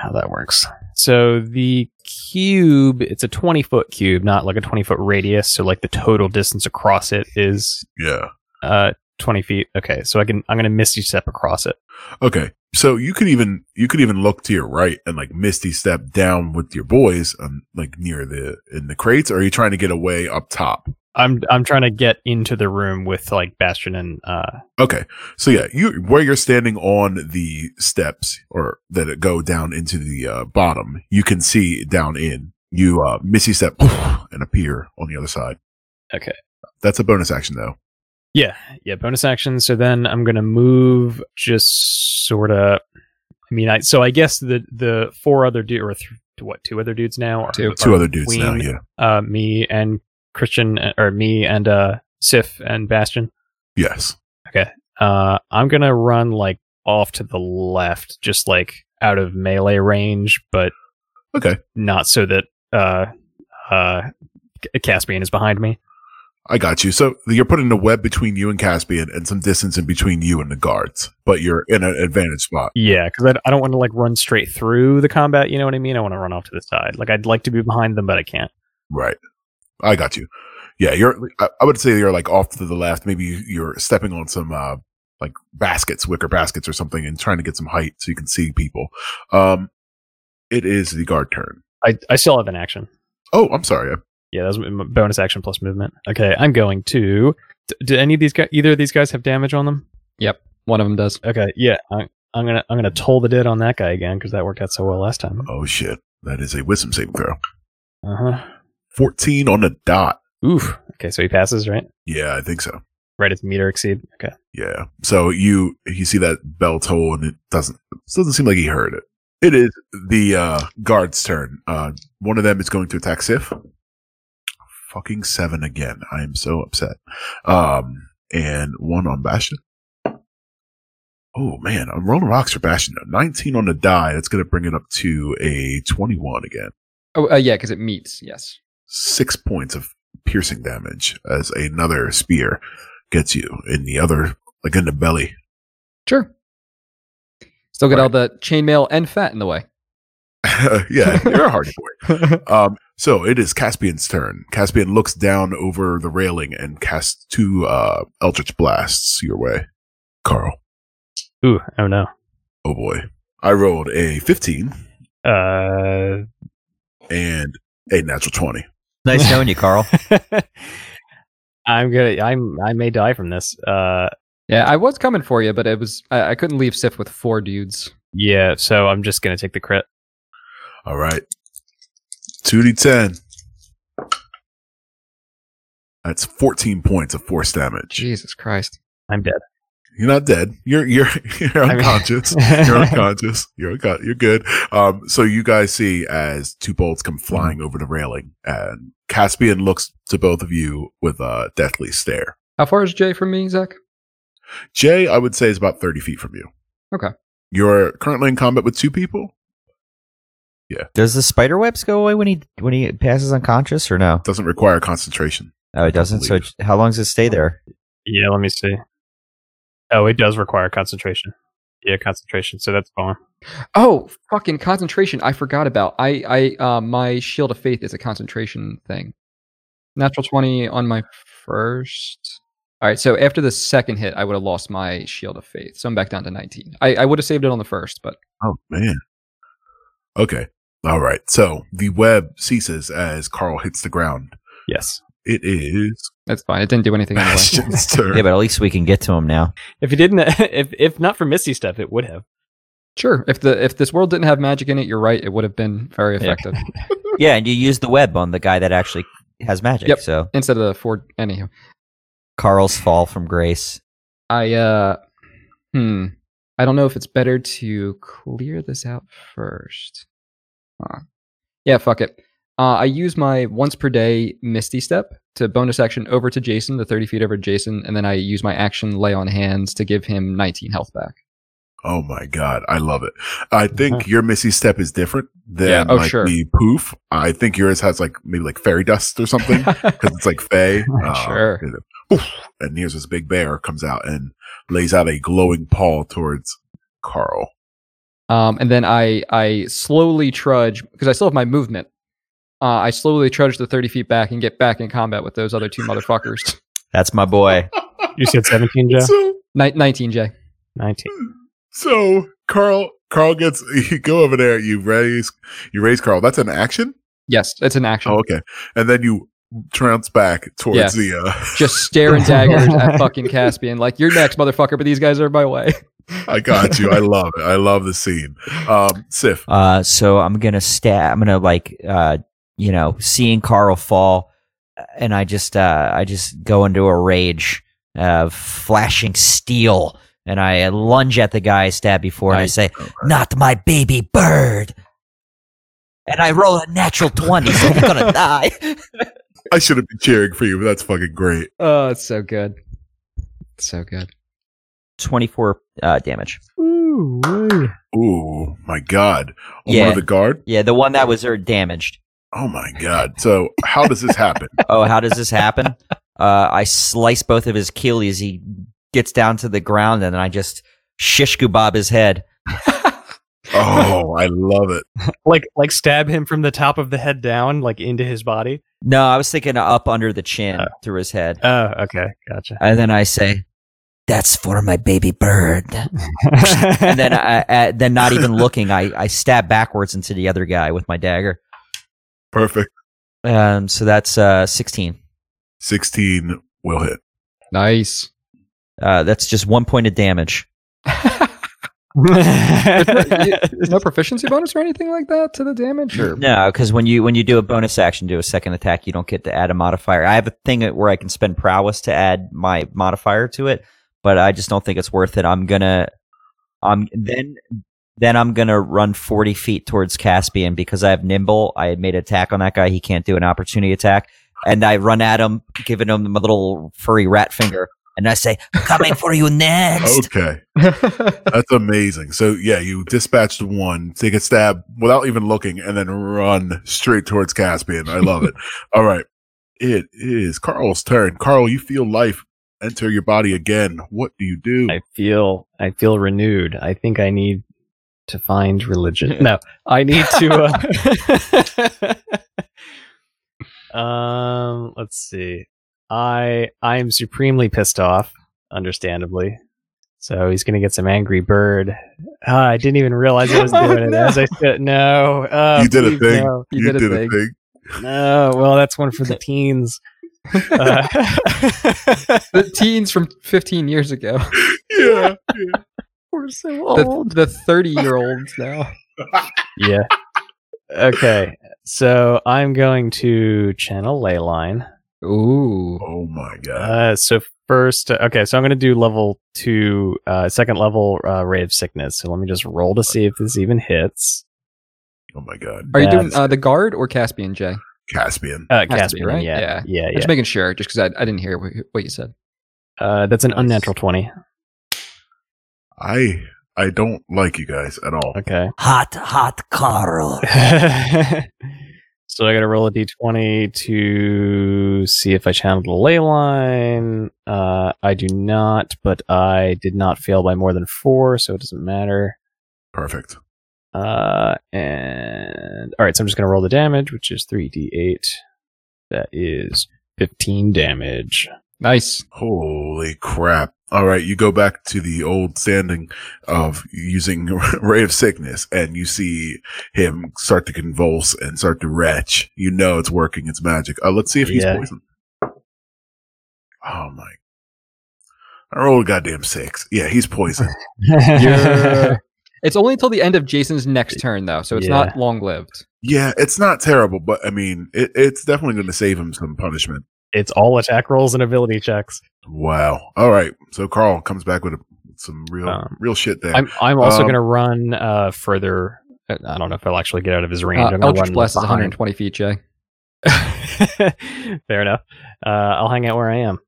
S5: how that works. So the cube, it's a twenty foot cube, not like a twenty foot radius. So like the total distance across it is
S1: Yeah.
S5: uh twenty feet. Okay, so I can I'm gonna misty step across it.
S1: Okay. So you could even you could even look to your right and like misty step down with your boys um like near the in the crates, or are you trying to get away up top?
S5: I'm I'm trying to get into the room with like Bastion and uh
S1: Okay. So yeah, you where you're standing on the steps or that it go down into the uh, bottom, you can see down in. You [sighs] uh misty step and appear on the other side.
S5: Okay.
S1: That's a bonus action though.
S5: Yeah, yeah, bonus action. So then I'm gonna move just sort of. I mean, I so I guess the the four other dude or th- what two other dudes now are
S3: Two.
S1: Two
S5: are
S1: other dudes now,
S5: between,
S1: yeah.
S5: Uh, me and Christian, or me and uh Sif and Bastion.
S1: Yes.
S5: Uh, I'm gonna run like off to the left, just like out of melee range, but
S1: Okay.
S5: not so that uh uh C- Caspian is behind me.
S1: I got you. So you're putting a web between you and Caspian and some distance in between you and the guards, but you're in an advantage spot.
S5: Yeah, because I, I don't want to like run straight through the combat. You know what I mean? I want to run off to the side. Like I'd like to be behind them, but I can't.
S1: Right. I got you. Yeah. You're, I I would say you're like off to the left. Maybe you- you're stepping on some, uh, like baskets, wicker baskets or something and trying to get some height so you can see people. Um, it is the guard turn.
S5: I, I still have an action.
S1: Oh, I'm sorry. I-
S5: Yeah, that was my bonus action plus movement. Okay, I'm going to. D- do any of these guys? Either of these guys have damage on them?
S3: One of them does.
S5: Okay, yeah. I, I'm gonna I'm gonna toll the dead on that guy again because that worked out so well last time.
S1: Oh shit. That is a wisdom saving throw.
S5: Uh huh.
S1: 14 on the dot.
S5: Oof. Okay, so he passes right.
S1: Yeah, I think so.
S5: Right at the meter exceed. Okay.
S1: Yeah. So you you see that bell toll and it doesn't it doesn't seem like he heard it. It is the uh guard's turn. Uh one of them is going to attack Sif. Fucking seven again. I am so upset. Um and one on Bastion. Oh man, I'm rolling rocks for Bastion. now. 19 on the die. That's gonna bring it up to a 21 again.
S3: Oh, uh, yeah, because it meets. Yes.
S1: Six points of piercing damage as another spear gets you in the other like in the belly.
S3: Sure. Still got all the chainmail and fat in the way.
S1: [laughs] yeah, you're a hardy boy. Um, so it is Caspian's turn. Caspian looks down over the railing and casts two uh, Eldritch blasts your way. Carl,
S5: Ooh. Oh no.
S1: oh boy. I rolled a 15
S5: Uh. [laughs]
S1: and a natural 20.
S4: Nice knowing you, Carl.
S5: I'm gonna. I'm. I may die from this. Uh.
S3: Yeah, I was coming for you, but it was I, I couldn't leave Sif with four dudes.
S5: Yeah, so I'm just gonna take the crit.
S1: All right. 2d10. That's 14 points of force damage.
S3: Jesus Christ.
S5: I'm dead.
S1: You're not dead. You're you're [laughs] you're
S5: mean-
S1: unconscious. you're
S5: [laughs]
S1: unconscious. You're unco- you're good. Um, so you guys see as two bolts come flying over the railing, and Caspian looks to both of you with a deathly stare.
S3: How far is Jay from me, Zach?
S1: Jay, I would say, is about thirty feet from you.
S3: Okay.
S1: You're currently in combat with two people.
S4: Does the spider webs go away when he when he passes unconscious or no?
S1: Doesn't require concentration.
S4: Oh, it doesn't. So it- how long does it stay there?
S5: Yeah, let me see. Oh, it does require concentration. Yeah, concentration. So that's fine.
S3: Oh, fucking concentration. I forgot about. I I uh my shield of faith is a concentration thing. Natural 20 on my first. All right, so after the second hit, I would have lost my shield of faith. So I'm back down to 19. I, I would have saved it on the first, but
S1: Oh man. Okay. All right. So the web ceases as Carl hits the ground.
S5: Yes.
S1: It is
S3: that's fine. It didn't do anything anyway.
S1: Bastion's turn.
S4: Yeah, but at least we can get to him now.
S5: If you didn't, [laughs] if if not for Misty stuff, it would have.
S3: Sure. If the if this world didn't have magic in it, you're right. It would have been very
S4: Yeah.
S3: effective
S4: Yeah, and you use the web on the guy that actually has magic.
S3: Yep.
S4: So
S3: instead of the four. Anyhow,
S4: Carl's fall from grace.
S3: I uh, hmm. I don't know if it's better to clear this out first. Huh. Yeah, fuck it. Uh, I use my once per day Misty Step to bonus action over to Jason, the 30 feet over to Jason, and then I use my action Lay on Hands to give him 19 health back.
S1: Oh my god, I love it. I think your Missy step is different than
S3: Yeah. Oh,
S1: like
S3: sure.
S1: the poof. I think yours has like maybe like fairy dust or
S3: [laughs]
S1: something [laughs] because it's like fey. Uh,
S3: Sure.
S1: you know, poof, and here's this big bear comes out and lays out a glowing paw towards Carl.
S3: Um, and then I I slowly trudge because I still have my movement. Uh, I slowly trudge the thirty feet back and get back in combat with those other two motherfuckers.
S4: That's my
S3: [laughs]
S4: boy.
S5: You said 17, [laughs] Joe.
S1: So
S3: Ni- Nineteen, Jay.
S5: 19.
S1: so Carl Carl gets [laughs] you go over there. You raise you raise Carl. That's an action.
S3: Yes, it's an action.
S1: Oh, okay. And then you trounce back towards
S3: Yeah.
S1: the uh, [laughs]
S3: Just staring [laughs] daggers at fucking Caspian, like you're next, motherfucker. But these guys are my way. [laughs]
S1: I got you. I love it. I love the scene. Um,
S3: [laughs]
S1: Sif.
S4: Uh, so I'm gonna stab. I'm gonna like, uh, you uh, know, seeing Carl fall, and I just, uh, I just go into a rage, uh, flashing steel, and I lunge at the guy I stabbed before, and I
S3: Nice.
S4: say,
S1: Oh,
S4: "Not my baby bird." And I roll a natural twenty, so
S3: [laughs]
S4: I'm gonna die.
S1: I should have been cheering for you, but that's fucking great.
S3: Oh, it's so good. It's so good.
S4: Twenty-four uh, damage.
S5: Ooh, wee.
S1: Ooh, my god! On one
S4: Yeah.
S1: of the guard.
S4: Yeah, the one that was er, damaged.
S1: Oh my god! So how does this happen?
S4: oh, how does this happen? Uh, I slice both of his Achilles. He gets down to the ground, and I just shish kebab his head.
S1: oh, I love it.
S5: like like stab him from the top of the head down, like into his body.
S4: No, I was thinking up under the chin through his head.
S5: Oh, okay, [laughs] gotcha.
S4: And then I say, "That's for my baby bird." And then, I, I, then not even looking, I, I stab backwards into the other guy with my dagger.
S1: Perfect.
S4: Um, so that's uh, sixteen.
S1: Sixteen will hit.
S3: Nice.
S4: Uh, that's just one point of damage.
S5: [laughs]
S3: No proficiency bonus or anything like that to the damage? Or [laughs]
S4: No, because when you when you do a bonus action, do a second attack, you don't get to add a modifier. I have a thing where I can spend prowess to add my modifier to it, but I just don't think it's worth it. I'm gonna, um, then then I'm gonna run forty feet towards Caspian because I have nimble. I made an attack on that guy. He can't do an opportunity attack, and I run at him, giving him a little furry rat finger, and I say, "Coming for you [laughs] next."
S1: Okay, that's amazing. So yeah, you dispatched one, take a stab without even looking, and then run straight towards Caspian. I love it. All right, it is Carl's turn. Carl, you feel life enter your body again. What do you do?
S5: I feel I feel renewed. I think I need to find [laughs] religion. No, I need to. Uh, [laughs] um, let's see. I I am supremely pissed off, understandably. So he's gonna get some angry bird. Ah, I didn't even realize [laughs] I was
S3: Oh,
S5: doing it.
S3: no.
S5: As I said, no. Uh,
S1: You did a
S5: please,
S1: thing.
S5: No,
S3: you, did, a thing.
S5: no. Well, that's one [laughs] for the teens. Uh, [laughs]
S3: The teens from 15 years ago. [laughs]
S1: Yeah.
S5: we're so
S3: The, the 30 year olds now.
S5: yeah. Okay. So I'm going to channel ley line.
S3: Ooh.
S1: Oh my god.
S5: Uh, so first, okay, so I'm going to do level two, uh, second level uh, ray of sickness. So let me just roll to see if this even hits.
S1: Oh my god.
S3: Are you doing
S5: That's-
S3: uh, the guard or Caspian, Jay?
S1: Caspian.
S5: Uh,
S3: be,
S5: Caspian,
S3: right?
S5: yeah, yeah, yeah.
S3: Just making sure, just because I, I didn't hear what, you- what you said.
S5: Uh, that's an unnatural twenty.
S1: I I don't like you guys at all.
S5: Okay. [laughs]
S4: Hot, hot Carl.
S5: so I got to roll a d20 to see if I channeled the ley line. Uh, I do not, but I did not fail by more than four, so it doesn't matter.
S1: Perfect.
S5: Uh, and all right, so I'm just gonna roll the damage, which is three d8. That is fifteen
S3: [laughs]
S5: damage.
S3: Nice.
S1: Holy crap. All right, you go back to the old standing of using [laughs] Ray of Sickness and you see him start to convulse and start to retch. You know it's working, it's magic. Uh, let's see if he's
S5: Yeah.
S1: poisoned. Oh my. I rolled a goddamn six. Yeah, he's
S5: [laughs]
S1: poisoned.
S3: Yeah. it's only until the end of Jason's next turn, though, so it's not long lived.
S1: yeah, it's not terrible, but I mean, it, it's definitely going to save him some punishment.
S5: it's all attack rolls and ability checks.
S1: Wow. All right. So Carl comes back with a, some real,
S5: Um,
S1: real shit there.
S5: I'm I'm also
S1: Um,
S5: gonna run uh further. I don't know if I'll actually get out of his range.
S3: Uh,
S5: I'm gonna
S3: Eldritch
S5: run
S3: Blast is
S5: behind.
S3: 120 feet, Jay. [laughs]
S5: [laughs] Fair enough. Uh, I'll hang out where I am.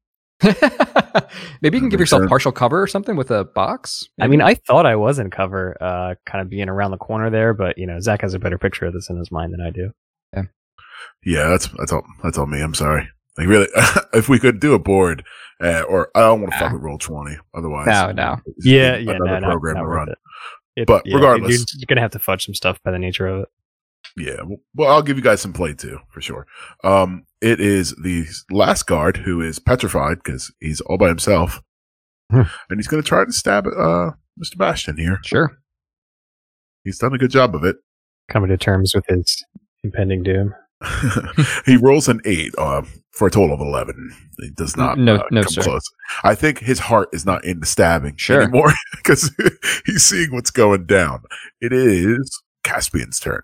S3: Maybe you can give
S1: Makes
S3: yourself
S1: sense.
S3: partial cover or something with a box.
S5: I mean, I thought I was in cover, uh, kind of being around the corner there, but you know, Zach has a better picture of this in his mind than I do.
S1: Yeah, that's that's all that's all me. I'm sorry. Like really, [laughs] if we could do a board, uh, or I don't want to fuck with roll twenty. Otherwise,
S3: no, no.
S1: it's
S5: Ah. Yeah,
S1: just
S5: yeah,
S1: another
S5: no, no,
S1: program
S5: not
S1: to
S5: worth
S1: run.
S5: it. It-
S1: But
S5: yeah,
S1: regardless-
S5: you're, you're gonna have to fudge some stuff by the nature of it.
S1: Yeah, w- well, I'll give you guys some play too for sure. Um, it is the last guard who is petrified because he's all by himself,
S5: Hmm.
S1: and he's going to try to stab uh Mr. Bastion here.
S3: Sure.
S1: He's done a good job of it.
S5: Coming to terms with his impending doom.
S1: [laughs] he rolls an eight uh, for a total of eleven. He does not
S3: No-
S1: uh,
S3: no,
S1: come
S3: sir.
S1: close. I think his heart is not into stabbing
S3: Sure.
S1: anymore [laughs] because he's seeing what's going down. It is Caspian's turn.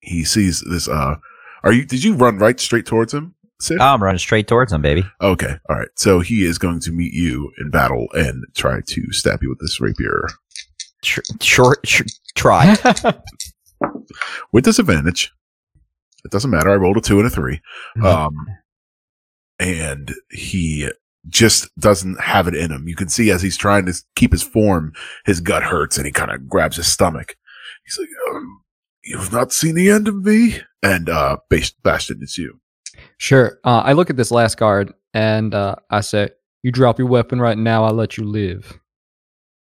S1: He sees this. Uh, are you? Did you run right straight towards him? Sif?
S4: I'm running straight towards him, baby.
S1: Okay. All right. So he is going to meet you in battle and try to stab you with this rapier
S4: Tr- short, sh- try.
S1: with disadvantage. It doesn't matter. I rolled a two and a 3
S3: Mm-hmm.
S5: Mhm.
S1: Um, and he just doesn't have it in him. You can see as he's trying to s- keep his form, his gut hurts and he kind of grabs his stomach. He's like, um, You've not seen the end of me. And uh, Bas- Bastion, it's you.
S3: [laughs] Sure. Uh, I look at this last guard and uh, I say, "You drop your weapon right now. I'll let you live."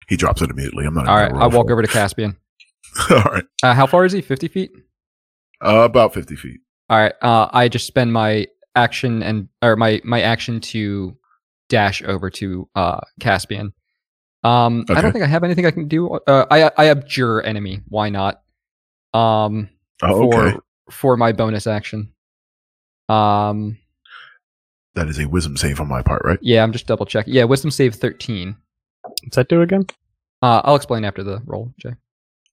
S1: He drops it immediately. I'm not.
S3: All right.
S1: even
S3: I
S1: gonna roll
S3: walk
S1: for
S3: over to Caspian.
S1: [laughs] it. All right.
S3: Uh, how far is he? Fifty feet.
S1: Uh, about 50 feet.
S3: All right. Uh, I just spend my action and or my my action to dash over to uh, Caspian. Um, I
S1: Okay.
S3: don't think I have anything I can do. Uh, I I abjure enemy. Why not? Um,
S1: Oh,
S3: for
S1: okay.
S3: for my bonus action. Um,
S1: That is a wisdom save on my part, right?
S3: yeah, I'm just double checking. Yeah, wisdom save thirteen.
S5: What's that do again?
S3: Uh, I'll explain after the roll, Jay.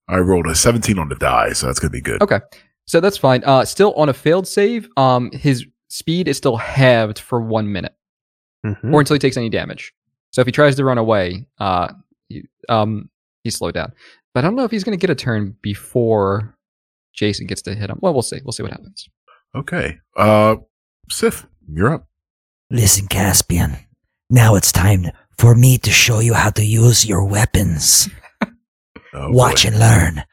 S1: I rolled a 17 on the die, so that's going to be good.
S3: Okay. So that's fine. Uh, still on a failed save. Um, his speed is still halved for one minute,
S5: Mhm.
S1: Mm-hmm. Hmm.
S3: or until he takes any damage. So if he tries to run away, uh, he, um, he's slowed down. But I don't know if he's going to get a turn before Jason gets to hit him. Well, we'll see. We'll see what happens.
S1: Okay. Uh, Sif, you're up.
S6: Listen, Caspian. Now it's time for me to show you how to use your weapons.
S1: Oh,
S6: Watch
S1: boy.
S6: and learn.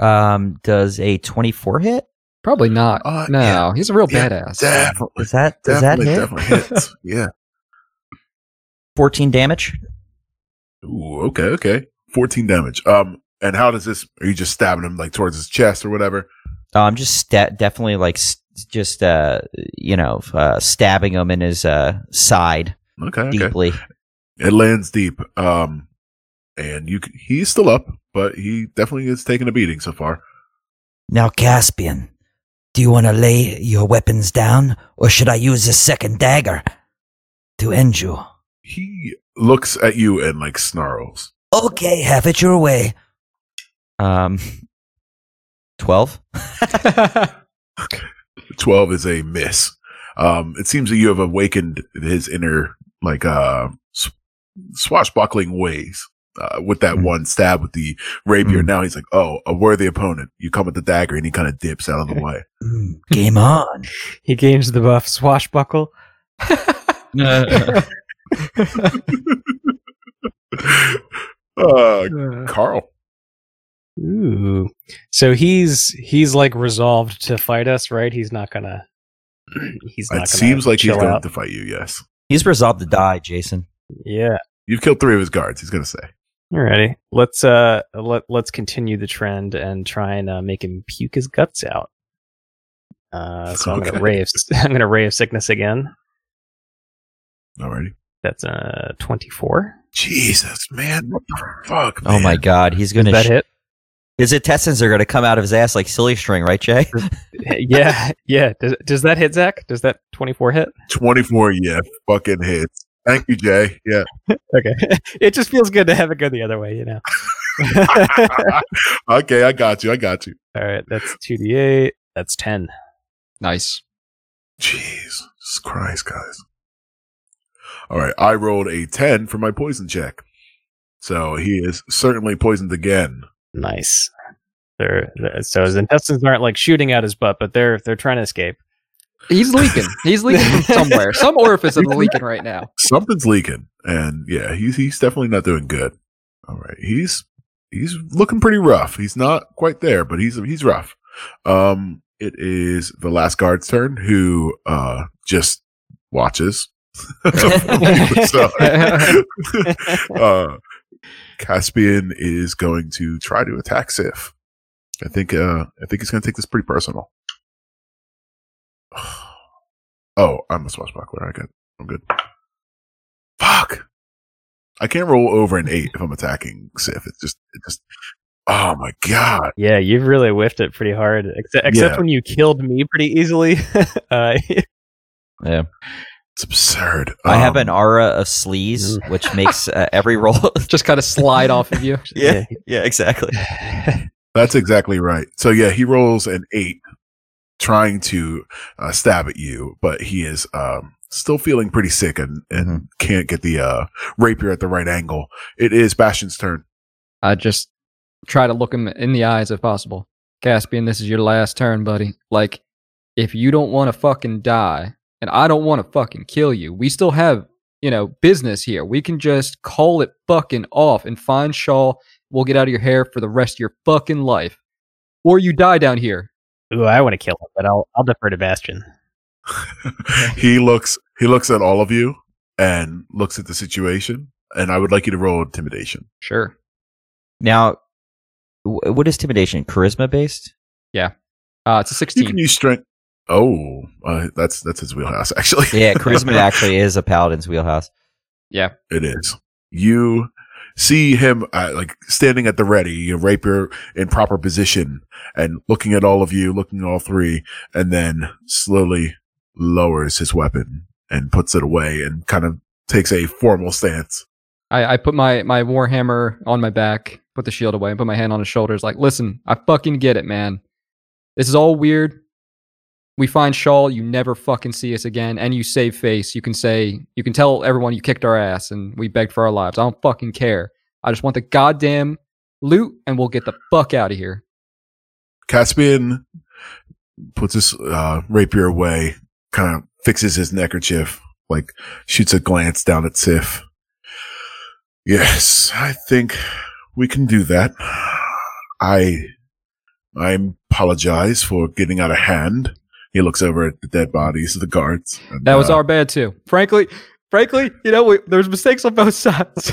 S4: Um, does a 24 hit?
S3: Probably not.
S1: Uh,
S3: no,
S1: yeah.
S3: he's a real
S1: Yeah,
S3: badass.
S1: Definitely.
S4: Is that does that
S1: definitely,
S4: hit?
S1: definitely
S4: [laughs]
S1: hits. Yeah.
S4: 14 damage.
S1: Ooh, okay, okay. 14 damage. Um, and how does this, are you just stabbing him like towards his chest or whatever?
S4: Uh, I'm just sta- definitely like s just uh you know uh, stabbing him in his uh side
S1: Okay, okay.
S4: deeply.
S1: It lands deep. Um, and you, c- he's still up, but he definitely is taking a beating so far.
S6: Now, Caspian, do you want to lay your weapons down, or should I use this second dagger to end you?
S1: He looks at you and like snarls.
S6: Okay, have it your way.
S4: Um, twelve.
S1: 12 is a miss. Um, it seems that you have awakened his inner, like, uh, sw- swashbuckling ways. Uh, with that
S5: Mm-hmm.
S4: Mm.
S1: one stab with the rapier,
S4: Mm.
S1: now he's like, "Oh, a worthy opponent." You come with the dagger, and he kind of dips out of
S5: [laughs]
S1: the way.
S6: Mm, Game on.
S5: He gains the buff [sighs] swashbuckle.
S1: uh, Carl,
S5: Ooh. So he's he's like resolved to fight us, right? He's not gonna. [clears throat] He's not.
S1: it seems like he's
S5: chill
S1: going
S5: out.
S1: to fight you. Yes,
S4: [laughs] He's resolved to die, Jason.
S5: Yeah.
S1: you've killed three of his guards. He's going to say,
S5: Alrighty. Let's uh let let's continue the trend and try and uh, make him puke his guts out. Uh, so
S1: [laughs]
S5: I'm
S1: Okay.
S5: gonna rave. [laughs] I'm gonna rave sickness again.
S1: "Alrighty,
S5: That's uh 24.
S1: Jesus, man, what the fuck,
S4: Oh my
S1: man?
S4: God, he's
S5: Is
S4: gonna.
S5: that
S4: sh-
S5: hit?
S4: his intestines are gonna come out of his ass like silly string, right, Jay?
S5: [laughs] yeah, yeah. Does does that hit Zach? Does that 24 hit?
S1: Twenty-four, yeah, fucking hits. Thank you, Jay. Yeah, [laughs]
S5: Okay. [laughs] it just feels good to have it go the other way, you know. [laughs]
S1: okay, I got you. I got you.
S5: All right, that's 2d8. That's 10.
S3: nice.
S1: Jesus Christ, guys. All right. I rolled a 10 for my poison check. So he is certainly poisoned again.
S5: Nice. They're, they're- so his intestines aren't like shooting out his butt, but they're they're trying to escape.
S3: He's leaking. He's
S1: [laughs]
S3: leaking from somewhere. Some orifice is leaking right now.
S1: Something's leaking. And yeah, he's, he's definitely not doing good. All right. He's, he's looking pretty rough. He's not quite there, but he's, he's rough. Um, it is the last guard's turn who, uh, just watches. [laughs]
S5: [laughs]
S1: Sorry. uh, Caspian is going to try to attack Sif. I think uh, I think he's going to take this pretty personal. [sighs] Oh, I'm a swashbuckler. I got. I'm good. Fuck. I can't roll over an eight if I'm attacking Sif. It's just. It just. Oh my god.
S5: Yeah, you've really whiffed it pretty hard. Except, except
S1: Yeah.
S5: when you killed me pretty easily. [laughs] uh,
S4: yeah.
S1: It's absurd.
S4: I have
S1: Um,
S4: an aura of sleaze, which makes uh,
S5: [laughs]
S4: every roll. [laughs]
S3: Just kind of slide off
S1: [laughs]
S3: of you.
S4: yeah,
S5: [sighs]
S4: yeah, exactly.
S1: That's exactly right. So yeah, he rolls an eight trying to uh, stab at you, but he is um, still feeling pretty sick and, and
S4: Mhm.
S1: can't get the uh, rapier at the right angle. It is Bastion's turn. [laughs]
S3: I just try to look him in the eyes if possible. Caspian, this is your last turn, buddy. Like, if you don't want to fucking die, and I don't want to fucking kill you, we still have, you know, business here. We can just call it fucking off and find Shaw. We'll get out of your hair for the rest of your fucking life. Or you die down here.
S5: Ooh, I want to kill him, but I'll I'll defer to Bastion. [laughs]
S4: [laughs]
S1: he looks he looks at all of you and looks at the situation. And I would like you to roll intimidation.
S3: Sure.
S4: Now, w- what is intimidation? Charisma based?
S3: Uh, it's a
S1: You can
S3: 16.
S1: use strength. Oh, uh, that's that's his wheelhouse [laughs] actually.
S5: [laughs]
S4: Yeah, charisma actually is a paladin's wheelhouse.
S1: It is. You see him uh, like standing at the ready, your rapier in proper position, and looking at all of you, looking at all three, and then slowly lowers his weapon and puts it away and kind of takes a formal stance.
S3: I, I put my, my warhammer on my back, put the shield away, and put my hand on his shoulders. Like, listen, I fucking get it, man. This is all weird. We find Shawl, you never fucking see us again, and you save face. You can say, you can tell everyone you kicked our ass and we begged for our lives. I don't fucking care. I just want the goddamn loot, and we'll get the fuck out of here.
S1: Caspian puts his uh, rapier away, kind of fixes his neckerchief, like shoots a glance down at Sif. Yes, I think we can do that. I, I apologize for getting out of hand. He looks over at the dead bodies of the guards. and,
S3: That was
S1: uh,
S3: our bad too. Frankly, frankly, you know, we, there's mistakes on both [laughs] sides.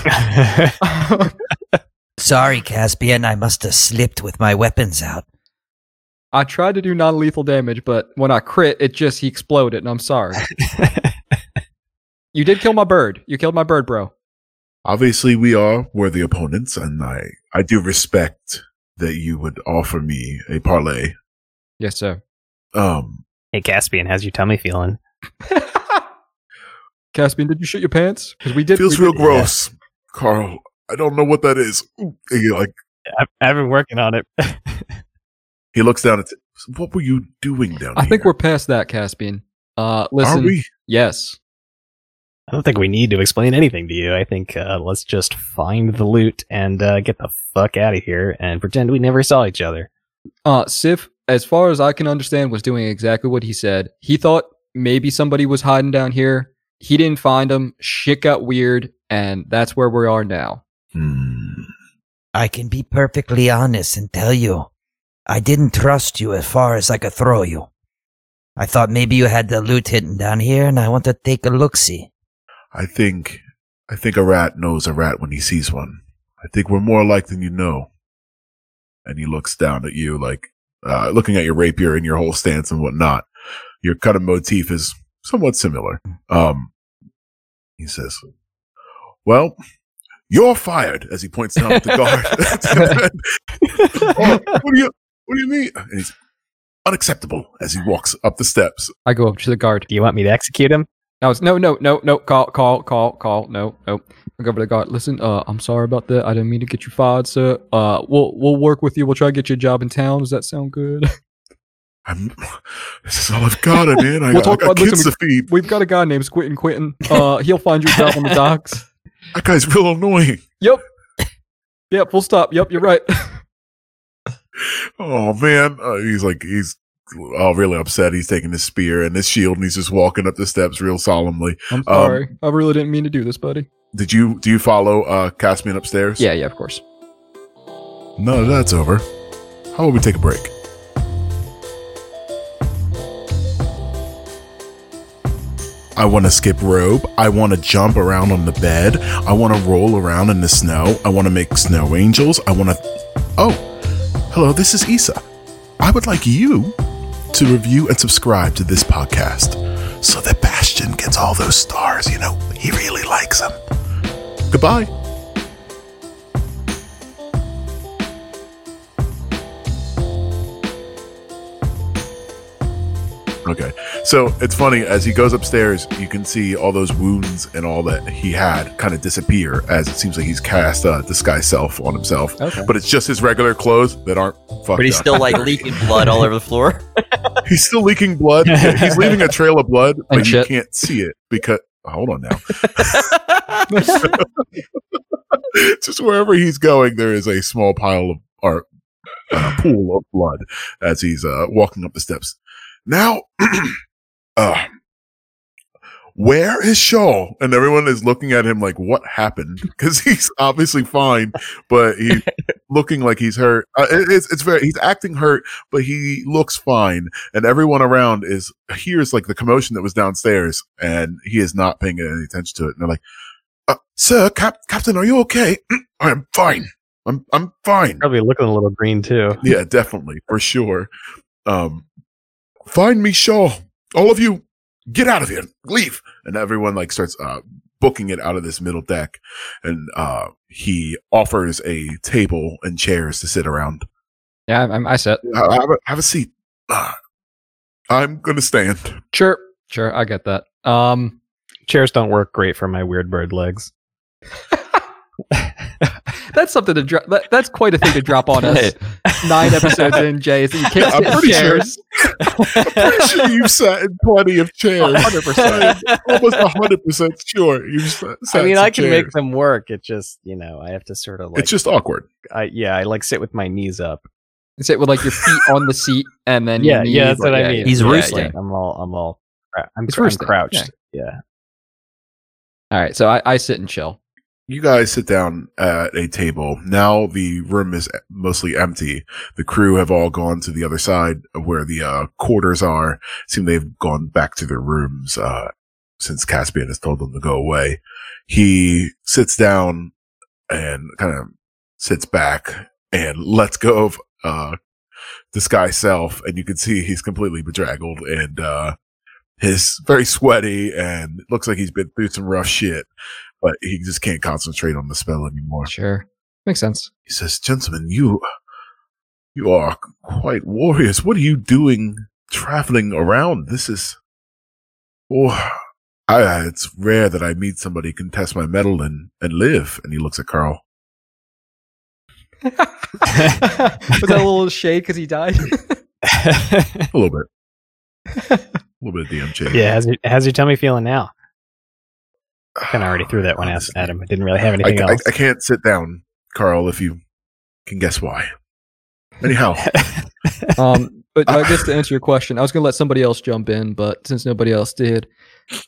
S6: Sorry, Caspian, I must have slipped with my weapons out.
S3: I tried to do non-lethal damage, but when I crit, it just he exploded, and
S1: [laughs]
S3: I'm sorry. you did kill my bird. You killed my bird, bro.
S1: Obviously, we are worthy opponents, and I, I do respect that you would offer me a parlay.
S3: Yes,
S1: [laughs]
S3: sir.
S1: Um,
S5: hey, Caspian, how's your tummy feeling?
S3: Caspian, did you shit your pants? Because we did.
S1: feels
S3: we
S1: real
S3: did-
S1: gross, Carl. I don't know what that is. Ooh, and he, like
S5: I've, I've been working on it. [laughs]
S1: he looks down at what were you doing down
S3: I
S1: here?
S3: think we're past that, Caspian. Uh,
S1: are
S3: listen.
S1: we?
S3: Yes.
S5: I don't think we need to explain anything to you. I think uh, let's just find the loot and uh, get the fuck out of here and pretend we never saw each other.
S3: Uh, Sif, as far as I can understand, was doing exactly what he said. He thought maybe somebody was hiding down here. He didn't find him. Shit got weird, and that's where we are now.
S1: Hmm.
S6: I can be perfectly honest and tell you, I didn't trust you as far as I could throw you. I thought maybe you had the loot hidden down here, and I want to take a look see.
S1: I think I think a rat knows a rat when he sees one. I think we're more alike than you know. And he looks down at you, like uh, looking at your rapier and your whole stance and whatnot. Your cut of motif is somewhat similar. Um, he says, "Well, you're fired." As he points down at the
S3: [laughs]
S1: guard. [laughs] oh, what do you What do you mean? And he's unacceptable as he walks up the steps.
S3: I go up to the guard.
S5: Do you want me to execute him?
S3: I was no, no, no, no. Call, call, call, call. No, no. I go over to the guard. Listen, uh, I'm sorry about that. I didn't mean to get you fired, sir. Uh, we'll we'll work with you. We'll try to get you a job in town. Does that sound good? [laughs]
S1: I'm. This is all I've got, man. I,
S3: We'll
S1: I
S3: talk
S1: got
S3: about this
S1: kids to feed.
S3: We've got a guy named Squintin Quinton. Uh, he'll find you a job on the [laughs] docks.
S1: That guy's real annoying.
S3: Yep, full stop. Yep, you're right. [laughs]
S1: Oh man, uh, he's like he's all really upset. He's taking his spear and his shield, and he's just walking up the steps real solemnly.
S3: I'm sorry. I really didn't mean to do this, buddy.
S1: Did you do you follow uh, Caspian upstairs?
S3: Yeah, yeah, of course.
S1: None of that's over. How about we take a break? I want to skip rope. I want to jump around on the bed. I want to roll around in the snow. I want to make snow angels. I want to. Oh, hello, this is Issa. I would like you to review and subscribe to this podcast so that Bastion gets all those stars. You know, he really likes them. Goodbye. Okay. So it's funny as he goes upstairs, you can see all those wounds and all that he had kind of disappear as it seems like he's cast uh, disguise self on himself.
S3: Okay.
S1: But it's just his regular clothes that aren't fucked
S4: But he's
S1: up.
S4: still like leaking blood all over the floor.
S1: [laughs] He's still leaking blood. He's leaving a trail of blood,
S3: And
S1: but you
S3: shit.
S1: can't see it because. oh, Hold on now. Just wherever he's going, there is a small pile of or uh, pool of blood as he's uh, walking up the steps. Now, [clears throat] uh, where is Shaw? And everyone is looking at him like, "What happened?" [laughs] Because he's obviously fine, but he's looking like he's hurt. Uh, it- it's it's very he's acting hurt, but he looks fine. And everyone around is hears like the commotion that was downstairs, and he is not paying any attention to it. And they're like, uh, "Sir, Cap- Captain, are you okay?" [clears throat] I'm fine. I'm I'm fine.
S5: Probably looking a little green too.
S1: Yeah, definitely for sure. Um, find me Shaw. All of you, get out of here. Leave. And everyone like starts uh, booking it out of this middle deck, and uh, he offers a table and chairs to sit around.
S3: Yeah, I'm, I said,
S1: Uh, have, a, have a seat. Uh, I'm gonna
S5: [laughs]
S1: stand.
S3: sure, sure, I get that. Um,
S5: Chairs don't work great for my weird bird legs.
S3: that's something to drop. That, that's quite a thing to drop on [laughs] us. Nine episodes in, Jay, is that you can't
S1: I'm
S3: sit in
S1: pretty sure.
S3: chairs.
S1: I'm pretty sure you've sat in plenty of
S5: [laughs]
S1: chairs. Hundred percent, almost hundred percent sure. You've sat.
S5: I mean,
S1: in
S5: I can make
S1: chairs.
S5: them work. It just, you know, I have to sort of like,
S1: it's just awkward.
S5: I, yeah, I like sit with my knees up.
S3: Sit with like your feet on the seat, and then
S5: yeah,
S3: your
S5: yeah,
S3: knees,
S5: that's what
S3: like,
S5: I
S3: yeah,
S5: mean.
S3: yeah.
S4: He's
S5: yeah,
S4: roosting.
S5: yeah. I'm all, I'm all, cra- I'm,
S3: It's
S5: cr- I'm
S3: roosting,
S5: crouched. Yeah.
S3: All right, so I, I sit and chill.
S1: You guys sit down at a table. Now the room is mostly empty. The crew have all gone to the other side of where the uh, quarters are. Seem they've gone back to their rooms uh, since Caspian has told them to go away. He sits down and kind of sits back and lets go of uh, this guy's self. And you can see he's completely bedraggled and uh, he's very sweaty and it looks like he's been through some rough shit but he just can't concentrate on the spell anymore.
S3: Sure, makes sense.
S1: He says, "Gentlemen, you you are quite warriors. What are you doing traveling around? This is oh, I, it's rare that I meet somebody who can test my metal and and live." And he looks at Carl.
S3: [laughs] Was that a little shade because he died?
S5: [laughs]
S1: A little bit. A little bit of DMJ.
S5: yeah. How's your, how's your tummy feeling now? Kind of already threw
S1: [sighs]
S5: that one out at him. I didn't really have
S1: I,
S5: anything
S1: I,
S5: else.
S1: I can't sit down, Carl, if you can guess why. Anyhow,
S3: [laughs] um, but I guess to answer your question, I was gonna let somebody else jump in, but since nobody else did,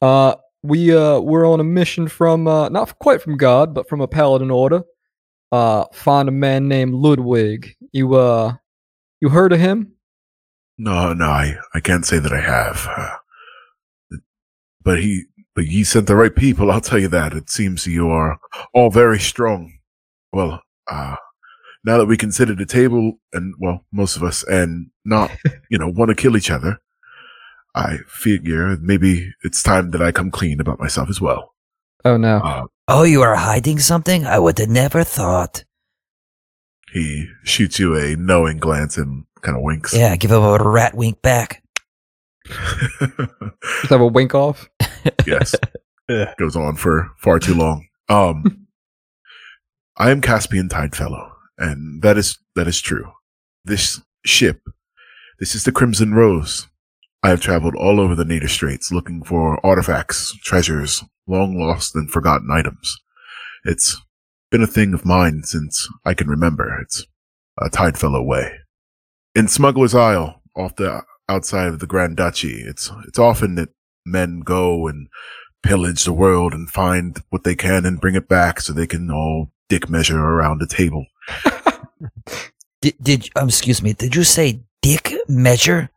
S3: uh, we uh, we're on a mission from uh, not quite from God, but from a paladin order. Uh, find a man named Ludwig. You uh, you heard of him?
S1: No, no, I, I can't say that I have. Uh, But he, but he sent the right people. I'll tell you that. It seems you are all very strong. Well, uh, now that we can sit at a table and, well, most of us and not, you know, want to kill each other, I figure maybe it's time that I come clean about myself as well.
S3: Oh no,
S1: Uh,
S6: [laughs] Oh, you are hiding something? I would have never thought.
S1: he shoots you a knowing glance and kind of winks.
S6: Yeah, give him a rat wink back.
S1: [laughs]
S3: just have a wink off.
S1: yes.
S5: Ugh.
S1: goes on for far too long. Um, I am Caspian Tidefellow, and that is that is true. This ship, this is the Crimson Rose. I have traveled all over the Nader Straits looking for artifacts, treasures, long lost and forgotten items. It's been a thing of mine since I can remember. It's a Tidefellow way. In Smuggler's Isle, off the outside of the Grand Duchy, it's it's often that men go and pillage the world and find what they can and bring it back so they can all dick measure around the table.
S6: Did, did um, excuse me? Did you say dick measure?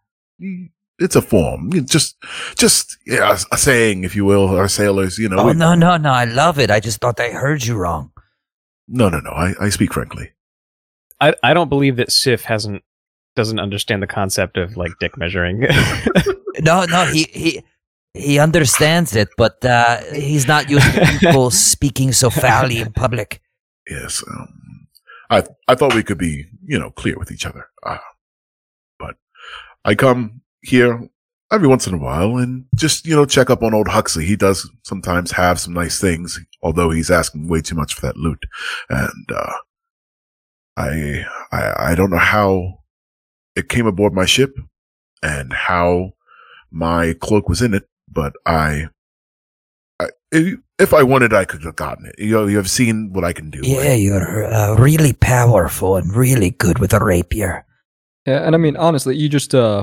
S1: It's a form, You just, just yeah, a, a saying, if you will, our sailors. You know,
S6: Oh
S1: we-
S6: no, no, no! I love it. I just thought I heard you wrong.
S1: no, no, no. I, I speak frankly.
S5: I, I don't believe that Sif hasn't doesn't understand the concept of like dick measuring. [laughs]
S6: No, no, he he he understands it, but uh, he's not used to people speaking so foully in public.
S1: Yes, um, I, I thought we could be, you know, clear with each other. Uh, but I come here every once in a while and just, you know, check up on old Huxley. He does sometimes have some nice things, although he's asking way too much for that loot. And, uh, I, I, I don't know how it came aboard my ship. and how my cloak was in it, but I, I if, if I wanted, I could have gotten it. You know, you have seen what I can [laughs] do.
S6: Yeah, you're uh, really powerful and really good with a rapier.
S3: Yeah, and I mean honestly, you just uh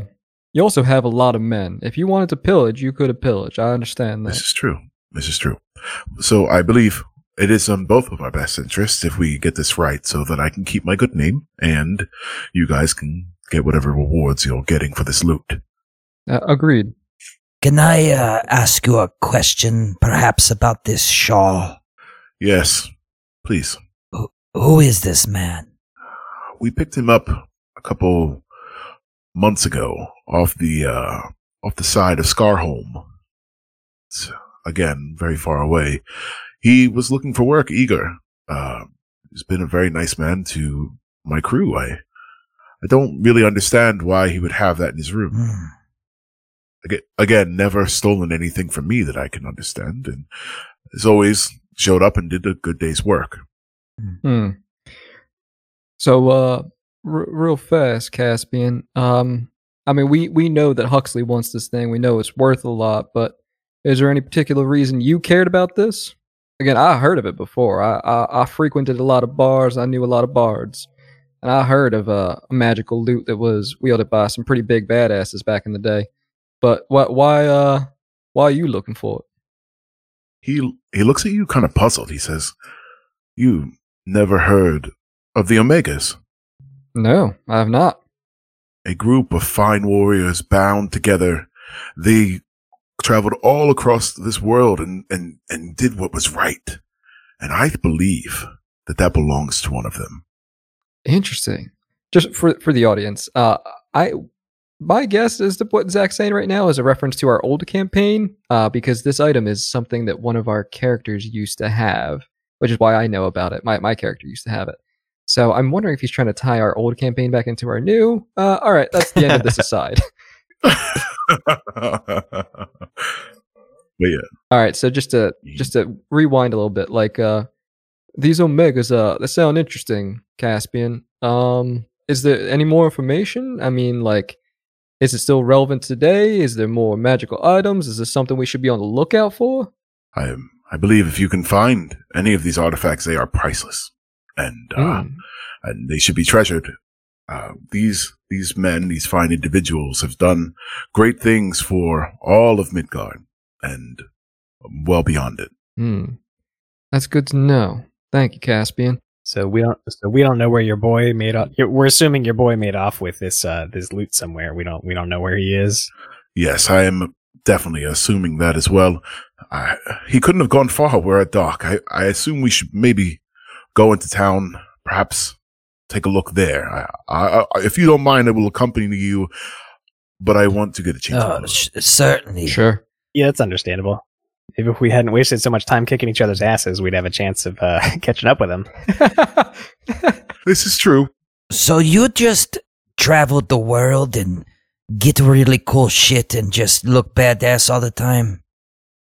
S3: you also have a lot of men. If you wanted to pillage, you could have pillaged. I understand
S1: This
S3: that.
S1: is true. This is true. So I believe it is in both of our best interests if we get this right so that I can keep my good name and you guys can get whatever rewards you're getting for this loot.
S3: Uh, agreed.
S6: Can I uh, ask you a question, perhaps about this shawl?
S1: Yes, please.
S6: Who is this man?
S1: We picked him up a couple months ago off the, uh, off the side of Scarholm. It's, again, very far away. He was looking for work, eager. Uh, he's been a very nice man to my crew. I, I don't really understand why he would have that in his room.
S6: Hmm.
S1: Aga- again, never stolen anything from me that I can understand, and as always, showed up and did a good day's work.
S3: Hmm. So uh r- real fast, Caspian. Um I mean we we know that Huxley wants this thing. We know it's worth a lot, but is there any particular reason you cared about this? Again, I heard of it before. I I, I frequented a lot of bars. I knew a lot of bards. And I heard of uh, a magical loot that was wielded by some pretty big badasses back in the day. But why why uh why are you looking for it?
S1: He he looks at you kind of puzzled. He says, "You never heard of the Omegas,
S3: No, I have not.
S1: a group of fine warriors bound together. They traveled all across this world and and and did what was right, and I believe that that belongs to one of them." [laughs]
S3: Interesting. Just for for the audience, uh, I my guess is that what Zach's saying right now is a reference to our old campaign, uh, because this item is something that one of our characters used to have, which is why I know about it. My my character used to have it. So I'm wondering if he's trying to tie our old campaign back into our new. Uh, all right, that's the end of this aside.
S1: but yeah,
S3: All right, so just to just to rewind a little bit, like uh, these omegas, uh, they sound interesting, Caspian. Um, is there any more information? I mean, like, is it still relevant today? Is there more magical items? Is this something we should be on the lookout for?
S1: I I believe if you can find any of these artifacts, they are priceless, and uh,
S3: Hmm.
S1: and they should be treasured. Uh, these these men, these fine individuals, have done great things for all of Midgard and well beyond it.
S3: Hmm. That's good to know. Thank you, Caspian.
S5: So we don't. So we don't know where your boy made off. We're assuming your boy made off with this uh, this loot somewhere. We don't. We don't know where he is.
S1: Yes, I am definitely assuming that as well. I, he couldn't have gone far. We're at dark. I, I assume we should maybe go into town, perhaps take a look there. I, I, I, if you don't mind, I will accompany you, but I want to get a change. of
S4: Uh,
S6: Oh,
S1: clothes.
S6: sh- certainly.
S3: Sure.
S5: Yeah, that's understandable. Maybe if we hadn't wasted so much time kicking each other's asses, we'd have a chance of uh, [laughs] catching up with him.
S1: this is true.
S6: So you just traveled the world and get really cool shit and just look badass all the time?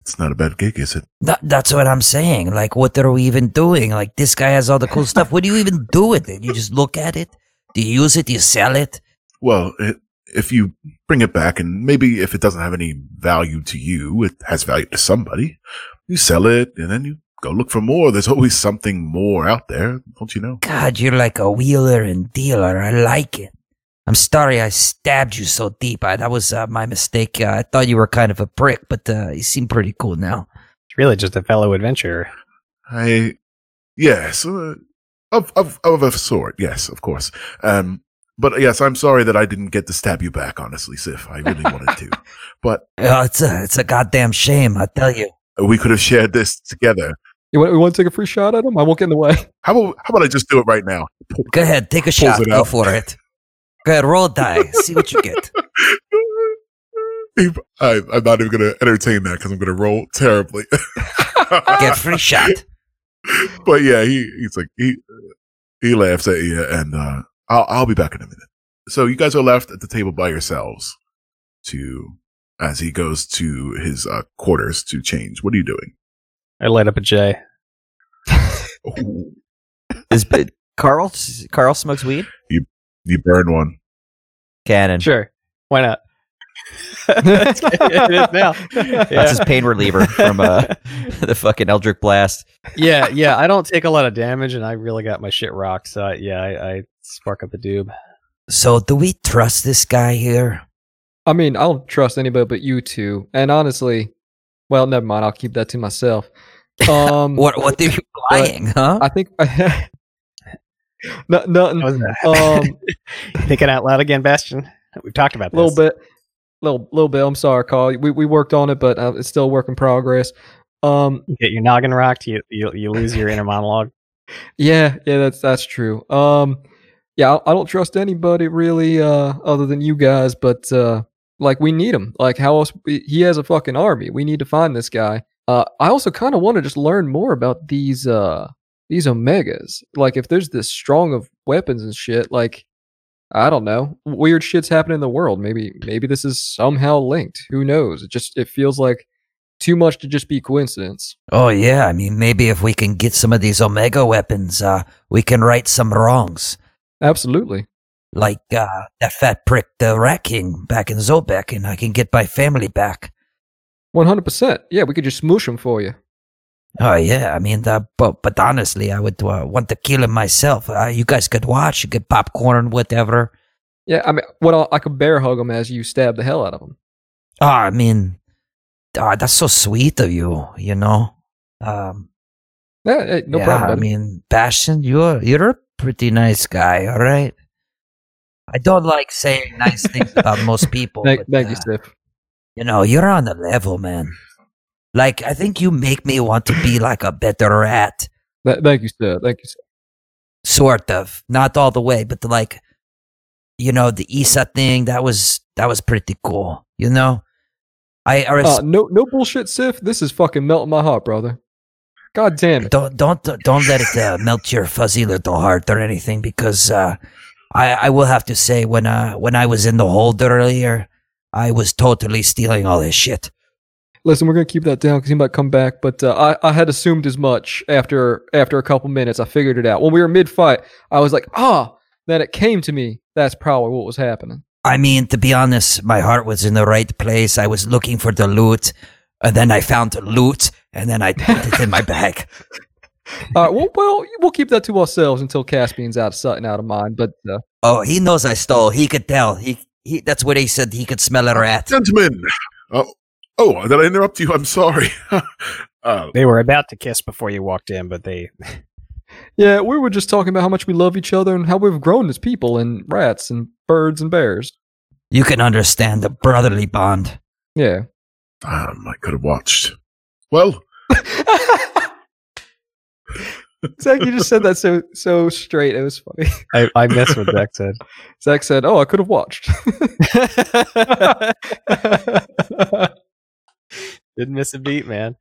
S1: It's not a bad gig, is it?
S6: That, that's what I'm saying. Like, what are we even doing? Like, this guy has all the cool stuff. What do you even do with it? You just look at it? Do you use it? Do you sell it?
S1: Well, it, if you bring it back and maybe if it doesn't have any value to you, it has value to somebody. You sell it and then you go look for more. There's always something more out there, don't you know?
S6: God, you're like a wheeler and dealer. I like it. I'm sorry I stabbed you so deep. I, that was uh, my mistake. Uh, I thought you were kind of a prick, but uh, you seem pretty cool now.
S5: It's really just a fellow adventurer.
S1: I, yes, uh, of of of a sort, yes, of course. Um, but yes, I'm sorry that I didn't get to stab you back. Honestly, Sif, I really wanted to, but
S6: Oh, it's a it's a goddamn shame, I tell you.
S1: we could have shared this together.
S3: You want, you want to take a free shot at him? I won't get in the way.
S1: How about how about I just do it right now?
S6: Go ahead, take a shot.
S1: it
S6: Go
S1: out.
S6: for it. Go ahead, roll a die. See what you get.
S1: I, I'm not even gonna entertain that because I'm gonna roll terribly.
S6: Get free shot.
S1: [laughs] but yeah, he he's like he he laughs at you, and uh, I'll I'll be back in a minute. So you guys are left at the table by yourselves. To as he goes to his uh, quarters to change. What are you doing?
S5: I light up a J.
S1: Oh,
S4: Is but Carl Carl smokes weed?
S1: You burn one.
S4: Cannon. [laughs]
S5: Sure. Why not? [laughs] That's good. it is now.
S4: That's his pain reliever from [laughs] uh, the fucking Eldric Blast.
S5: yeah, yeah. I don't take a lot of damage, and I really got my shit rocked. So I, yeah, I, I spark up a [laughs] doob.
S6: So, do we trust this guy here?
S3: I mean, I don't trust anybody but you two. And honestly, well, never mind. I'll keep that to myself. Um,
S6: What
S4: [laughs]
S6: what are you lying, huh?
S3: I think. [laughs] no, nothing. Um,
S5: Thinking out loud again, Bastion. We've talked about this
S3: a little bit, little little bit. I'm sorry, Carl. We we worked on it, but uh, it's still a work in progress. Um,
S5: You get your noggin rocked. You you, you lose your inner monologue.
S3: yeah, yeah, that's that's true. Um, yeah, I, I don't trust anybody really, uh, other than you guys. But uh, like, we need him. Like, how else? we- He has a fucking army. We need to find this guy. Uh, I also kind of want to just learn more about these uh these omegas. Like, if there's this strong of weapons and shit, like. I don't know. Weird shit's happening in the world. Maybe maybe this is somehow linked. Who knows? It just it feels like too much to just be coincidence.
S6: oh yeah, I mean maybe if we can get some of these Omega weapons, uh, we can right some wrongs.
S3: Absolutely.
S6: Like uh, that fat prick, the Rat King, back in Zobek, and I can get my family back.
S3: 100%. Yeah, we could just smoosh them for you.
S6: Oh yeah, I mean, uh, but but honestly, I would uh, want to kill him myself. Uh, you guys could watch, you could popcorn, whatever.
S3: Yeah, I mean, what I'll, I could bear hug them as you stab the hell out of them.
S6: Oh, I mean, ah, that's so sweet of you. You know, um,
S3: Yeah, hey, no
S6: yeah,
S3: problem.
S6: I
S3: buddy.
S6: mean, Bastion, you're you're a pretty nice guy. All right. I don't like saying nice things
S3: [laughs]
S6: about most people.
S3: thank,
S6: but,
S3: thank
S6: uh,
S3: you, Steph.
S6: You know, you're on the level, man. Like, I think you make me want to be like a better rat,
S3: Th- thank you, Steph. Thank you. Steph.
S6: sort of. Not all the way, but like, you know, the Issa thing. That was that was pretty cool. You know, I, I
S3: Uh,
S6: res-
S3: no, no bullshit, Sif. This is fucking melting my heart, brother. God damn it.
S6: don't don't don't let it uh, melt your fuzzy little heart or anything because uh, I I will have to say when uh when I was in the hold earlier I was totally stealing all his shit.
S3: Listen, we're gonna keep that down because he might come back. But uh, I, I had assumed as much after after a couple minutes. I figured it out when we were mid fight. I was like, ah. Then it came to me. That's probably what was happening.
S6: I mean to be honest, my heart was in the right place. I was looking for the loot, and then I found the loot, and then I put it in my bag.
S3: All right, well, well, we'll keep that to ourselves until Caspian's out of sight and out of mind. But uh,
S6: Oh, he knows I stole. He could tell. He he. That's what he said. He could smell a rat.
S1: Gentlemen. Oh, oh, did I interrupt you? I'm sorry. [laughs] uh,
S5: They were about to kiss before you walked in, but they
S3: yeah, we were just talking about how much we love each other and how we've grown as people and rats and birds and bears.
S6: You can understand the brotherly bond.
S3: Yeah.
S1: [laughs] damn, I could have watched. Well,
S3: Zach, you just said that so so straight. It was funny. [laughs]
S5: I, I miss what Zach said.
S3: Zach said, "Oh, I could have watched."
S5: [laughs]
S3: [laughs]
S5: Didn't miss a beat, man.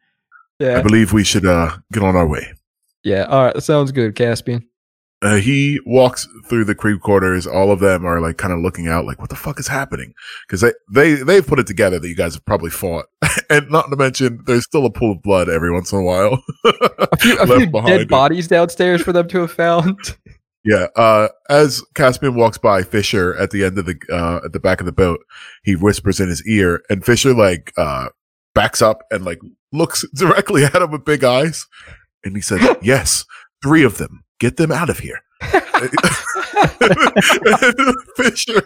S1: I
S3: yeah.
S1: believe we should uh, get on our way.
S3: Yeah. All right. That sounds good, Caspian.
S1: Uh, he walks through the creep quarters. All of them are like kind of looking out, like, what the fuck is happening? Because they, they, they've put it together that you guys have probably fought. [laughs] and not to mention, there's still a pool of blood every once in a while. [laughs]
S3: A few, a
S1: Left
S3: few
S1: behind
S3: dead
S1: it.
S3: bodies downstairs for them to have found. [laughs]
S1: Yeah. Uh, as Caspian walks by Fisher at the end of the, uh, at the back of the boat, he whispers in his ear and Fisher like, uh, backs up and like looks [laughs] directly at him with big eyes. And he says, yes, three of them. Get them out of here. [laughs] Fisher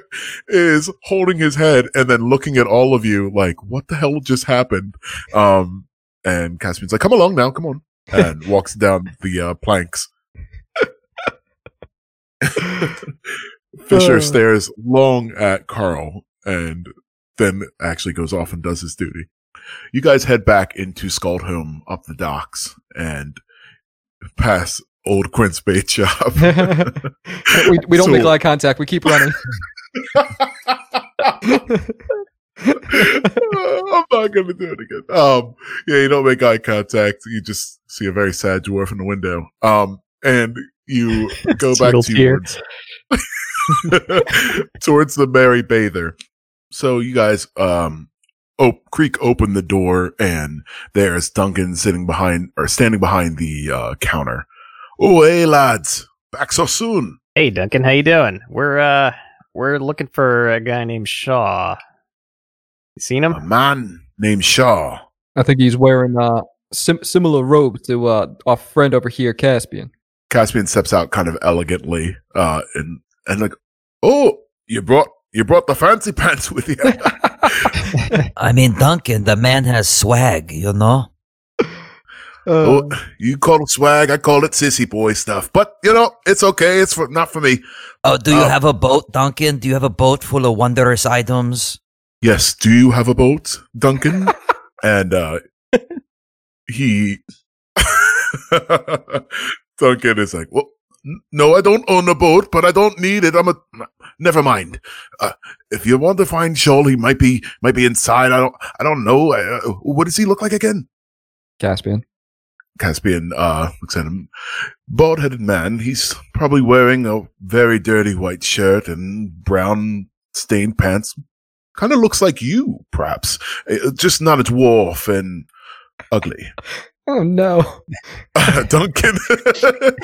S1: is holding his head and then looking at all of you like, what the hell just happened? Um, and Caspian's like, come along now. Come on. And walks down the uh, planks. Fisher
S3: Uh.
S1: stares long at Carl and then actually goes off and does his duty. You guys head back into Skaldholm up the docks and pass old Quince bait shop. [laughs]
S3: we, we don't make eye contact. We keep running.
S1: I'm not gonna do it again. Um, yeah, you don't make eye contact. You just see a very sad dwarf in the window. Um, and you go back
S5: Single tear.
S1: towards [laughs] towards the merry bather. So you guys, um, op- Creek opened the door, and there's Duncan sitting behind or standing behind the uh, counter. Oh, hey lads, back so soon.
S5: Hey, Duncan, how you doing? We're uh, we're looking for a guy named Shaw. You seen him?
S1: A man named Shaw.
S3: I think he's wearing uh sim- similar robe to uh our friend over here, Caspian.
S1: Caspian steps out kind of elegantly, uh, and and like, oh, you brought you brought the fancy [laughs] pants with you.
S6: I mean, Duncan, the man has swag, you know?
S1: oh, you call it swag, I call it sissy boy stuff. But you know, it's okay. It's for, not for me.
S6: Oh, do you
S1: Oh.
S6: have a boat, Duncan? Do you have a boat full of wondrous items?
S1: Yes. Do you have a boat, Duncan? and uh, he, [laughs] Duncan is like, well, n- no, I don't own a boat, but I don't need it. I'm a. Never mind. Uh, if you want to find Shoal, he might be might be inside. I don't. I don't know. Uh, what does he look like again?
S3: Caspian.
S1: Caspian uh, looks at him. Bald headed man. He's probably wearing a very dirty white shirt and brown stained pants. Kind of looks like you, perhaps. Uh, Just not a dwarf and ugly. [laughs]
S3: Oh no. [laughs]
S1: Duncan. [laughs] Duncan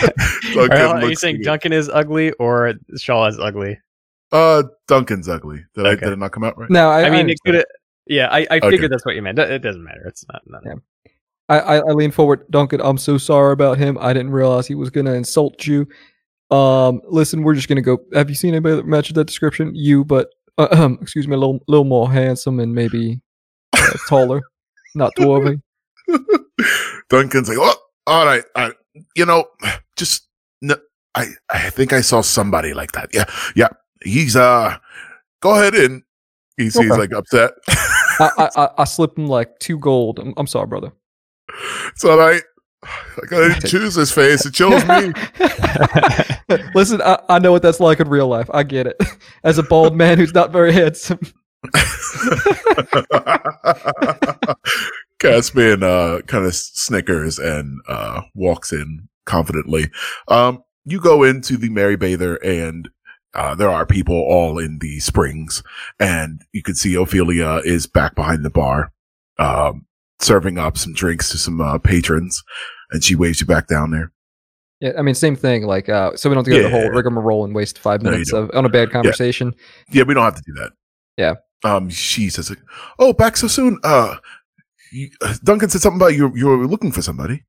S5: Are you
S1: looks
S5: saying
S1: at you.
S5: Duncan is ugly or Shaw is ugly?
S1: Uh, Duncan's ugly. Did, I,
S5: Okay.
S1: did it not come out right?
S3: No, I,
S5: I,
S3: I
S5: mean, it could. Yeah, I, I
S1: Okay.
S5: figured that's what you meant. It doesn't matter. It's not. not
S3: Yeah. I, I, I lean forward, Duncan. I'm so sorry about him. I didn't realize he was gonna insult you. Um, listen, we're just gonna go. Have you seen anybody that matches that description? You, but [clears throat] uh, um, excuse me, a little, little more handsome and maybe uh, taller, not dwarvy.
S1: [laughs] Duncan's like, oh, all right, I, you know, just no, I, I think I saw somebody like that. Yeah, yeah. He's uh, go ahead and he sees
S3: Okay.
S1: like upset. [laughs]
S3: I, I, I, I slip him like two gold. I'm, I'm sorry, brother.
S1: it's all right. Like, I didn't choose this face. It chose me.
S3: [laughs] Listen, I, I know what that's like in real life. I get it. [laughs] As a bald man who's not very handsome.
S1: [laughs] Caspian uh, kind of snickers and uh, walks in confidently. Um, you go into the Merry Bather and uh, there are people all in the springs and you can see Ophelia is back behind the bar, um, serving up some drinks to some uh, patrons and she waves you back down there.
S3: Yeah, I mean, same thing. Like, uh, so we don't have to go to the
S1: Yeah.
S3: whole rigmarole and waste five
S1: No, you
S3: minutes of on a bad conversation.
S1: Yeah, we don't have to do that.
S3: Yeah.
S1: Um, she says, like, "Oh, back so soon." Uh, you, uh, Duncan said something about you. You were looking for somebody.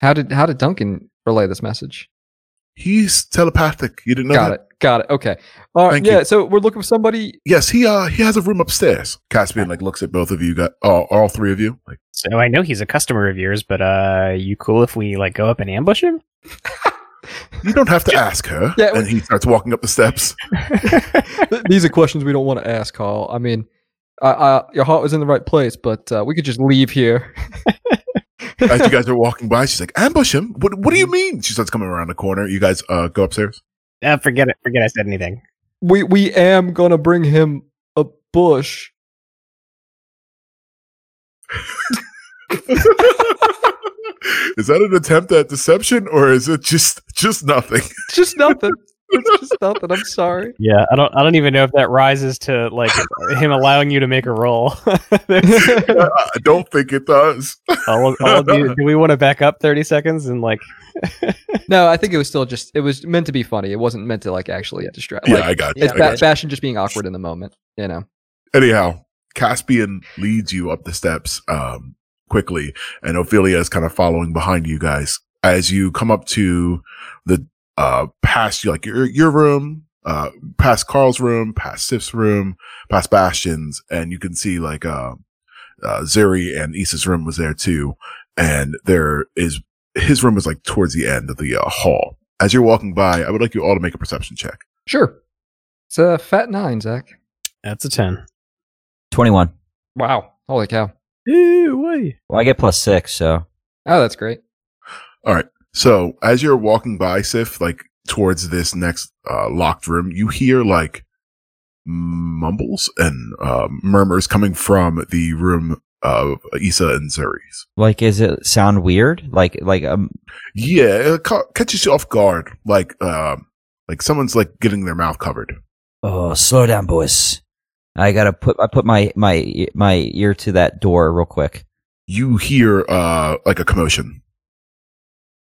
S3: How did how did Duncan relay this message?
S1: He's telepathic. You didn't know
S3: got
S1: that?
S3: it. Got it. Okay. All right.
S1: Thank
S3: yeah. So we're looking for
S1: [laughs]
S3: somebody.
S1: Yes, he uh he has a room upstairs. Caspian like looks at both of you, got uh, all three of you. Like,
S5: So I know he's a customer of yours, but uh, you cool if we like go up and ambush [laughs] him?
S1: you don't have to ask her.
S3: Yeah, it
S1: and he starts walking up the
S3: [laughs]
S1: steps.
S3: Th- These are questions we don't want to ask, Carl. I mean, I, I, your heart was in the right place, but uh, we could just leave here.
S1: As you guys are walking by, she's like, "Ambush him! What What do
S3: Mm-hmm.
S1: you mean?" She starts coming around the corner. You guys uh go upstairs. [laughs]
S5: Uh, forget it. Forget I said anything.
S3: We we am gonna bring him a bush.
S1: is that an attempt at deception or is it just just nothing? [laughs]
S3: It's just nothing. it's just nothing. I'm sorry. [laughs]
S5: Yeah, I don't. I don't even know if that rises to like him allowing you to make a roll. [laughs] There's-
S1: I I don't think it does.
S5: all of- all of the- do we want to back up thirty seconds and like?
S3: No, I think it was still just. It was meant to be funny. It wasn't meant to like actually distract.
S1: Yeah,
S3: like,
S1: I got you.
S3: it's
S1: I
S3: fa-
S1: got you.
S3: fashion just being awkward in the moment. You know.
S1: Anyhow, Caspian leads you up the steps um, quickly, and Ophelia is kind of following behind you guys as you come up to the uh, past, like your your room, uh, past Carl's room, past Sif's room, past Bastion's, and you can see like uh, uh, Zuri and Issa's room was there too, and there is his room is like towards the end of the uh, hall. As you're walking by, I would like you all to make a perception check.
S3: Sure. It's a fat nine, Zach.
S5: That's a ten.
S4: 21.
S3: Wow. Holy cow.
S5: Ew, why?
S4: Well, I get plus six, so.
S3: Oh, that's great.
S1: So as you're walking by, Sif, like towards this next uh, locked room, you hear like mumbles and uh, murmurs coming from the room of Issa and Zuri's.
S4: Like, is it sound weird? Like, like, um,
S1: Yeah, it ca- catches you off guard, like uh, like someone's like getting their mouth covered.
S6: Oh, slow down, boys.
S4: I gotta put, I put my, my, my ear to that door real quick.
S1: You hear uh, like a commotion,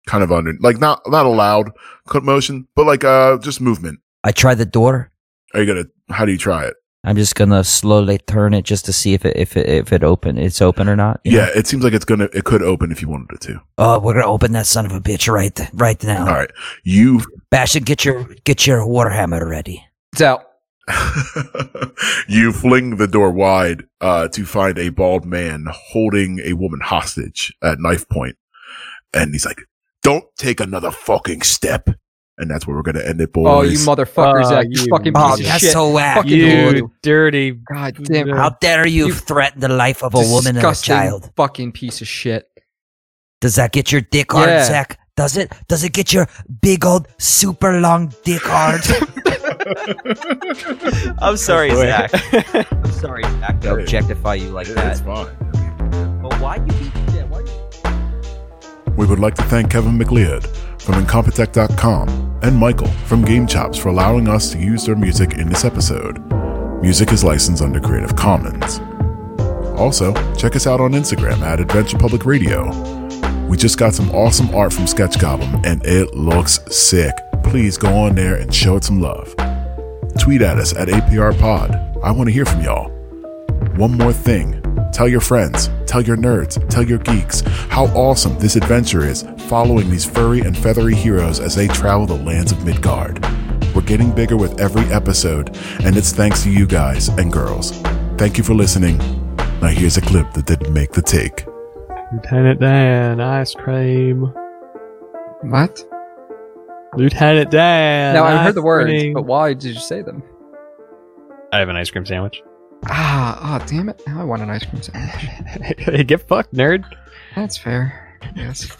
S1: kind of under, like not not a loud commotion, but like uh, just movement.
S6: I try the door.
S1: Are you gonna? How do you try it?
S4: I'm just gonna slowly turn it just to see if it if it if it open it's open or not. you know?
S1: Yeah, it seems like it's gonna it could open if you wanted it to.
S6: Oh, we're gonna open that son of a bitch right right now.
S1: All right, you [laughs]
S6: Bastion, get your get your warhammer ready.
S3: It's out.
S1: you fling the door wide uh, to find a bald man holding a woman hostage at knife point, and he's like, "Don't take another fucking step." And that's where we're gonna end it, boys.
S3: Oh, you motherfucker,
S5: Oh,
S3: Zach! You,
S5: you
S3: fucking
S6: Oh,
S3: piece of
S6: that's
S3: shit!
S6: so whack.
S3: Fucking
S6: dude.
S5: You dirty.
S3: God damn!
S5: Yeah.
S6: How dare you,
S3: You
S6: threaten the life of a woman and a
S3: disgusting
S6: child?
S3: Fucking piece of shit.
S6: Does that get your dick hard,
S3: Yeah.
S6: Zach? Does it? Does it get your big old super long dick hard?
S4: I'm sorry,
S5: Boy.
S4: Zach. [laughs] I'm sorry, Zach, to
S1: Dude.
S4: objectify you like
S1: It's
S4: that.
S1: fine.
S4: But why you? Yeah, why you?
S1: We would like to thank Kevin McLeod from Incompetech.com and Michael from Game Chops for allowing us to use their music in this episode. Music is licensed under Creative Commons. Also, check us out on Instagram at Adventure Public Radio. We just got some awesome art from Sketch Goblin and it looks sick. Please go on there and show it some love. Tweet at us at APR Pod. I want to hear from y'all. One more thing tell your friends, tell your nerds, tell your geeks how awesome this adventure is following these furry and feathery heroes as they travel the lands of Midgard. We're getting bigger with every episode, and it's thanks to you guys and girls. Thank you for listening. Now, here's a clip that didn't make the take.
S5: Lieutenant Dan, ice cream.
S3: What?
S5: Lieutenant Dan.
S3: now I
S5: ice
S3: heard the words,
S5: cream.
S3: but why did you say them?
S5: I have an ice cream [laughs] sandwich.
S3: Ah, ah, damn it! Now I want an ice cream sandwich.
S5: Get fucked, nerd.
S3: That's fair. Yes.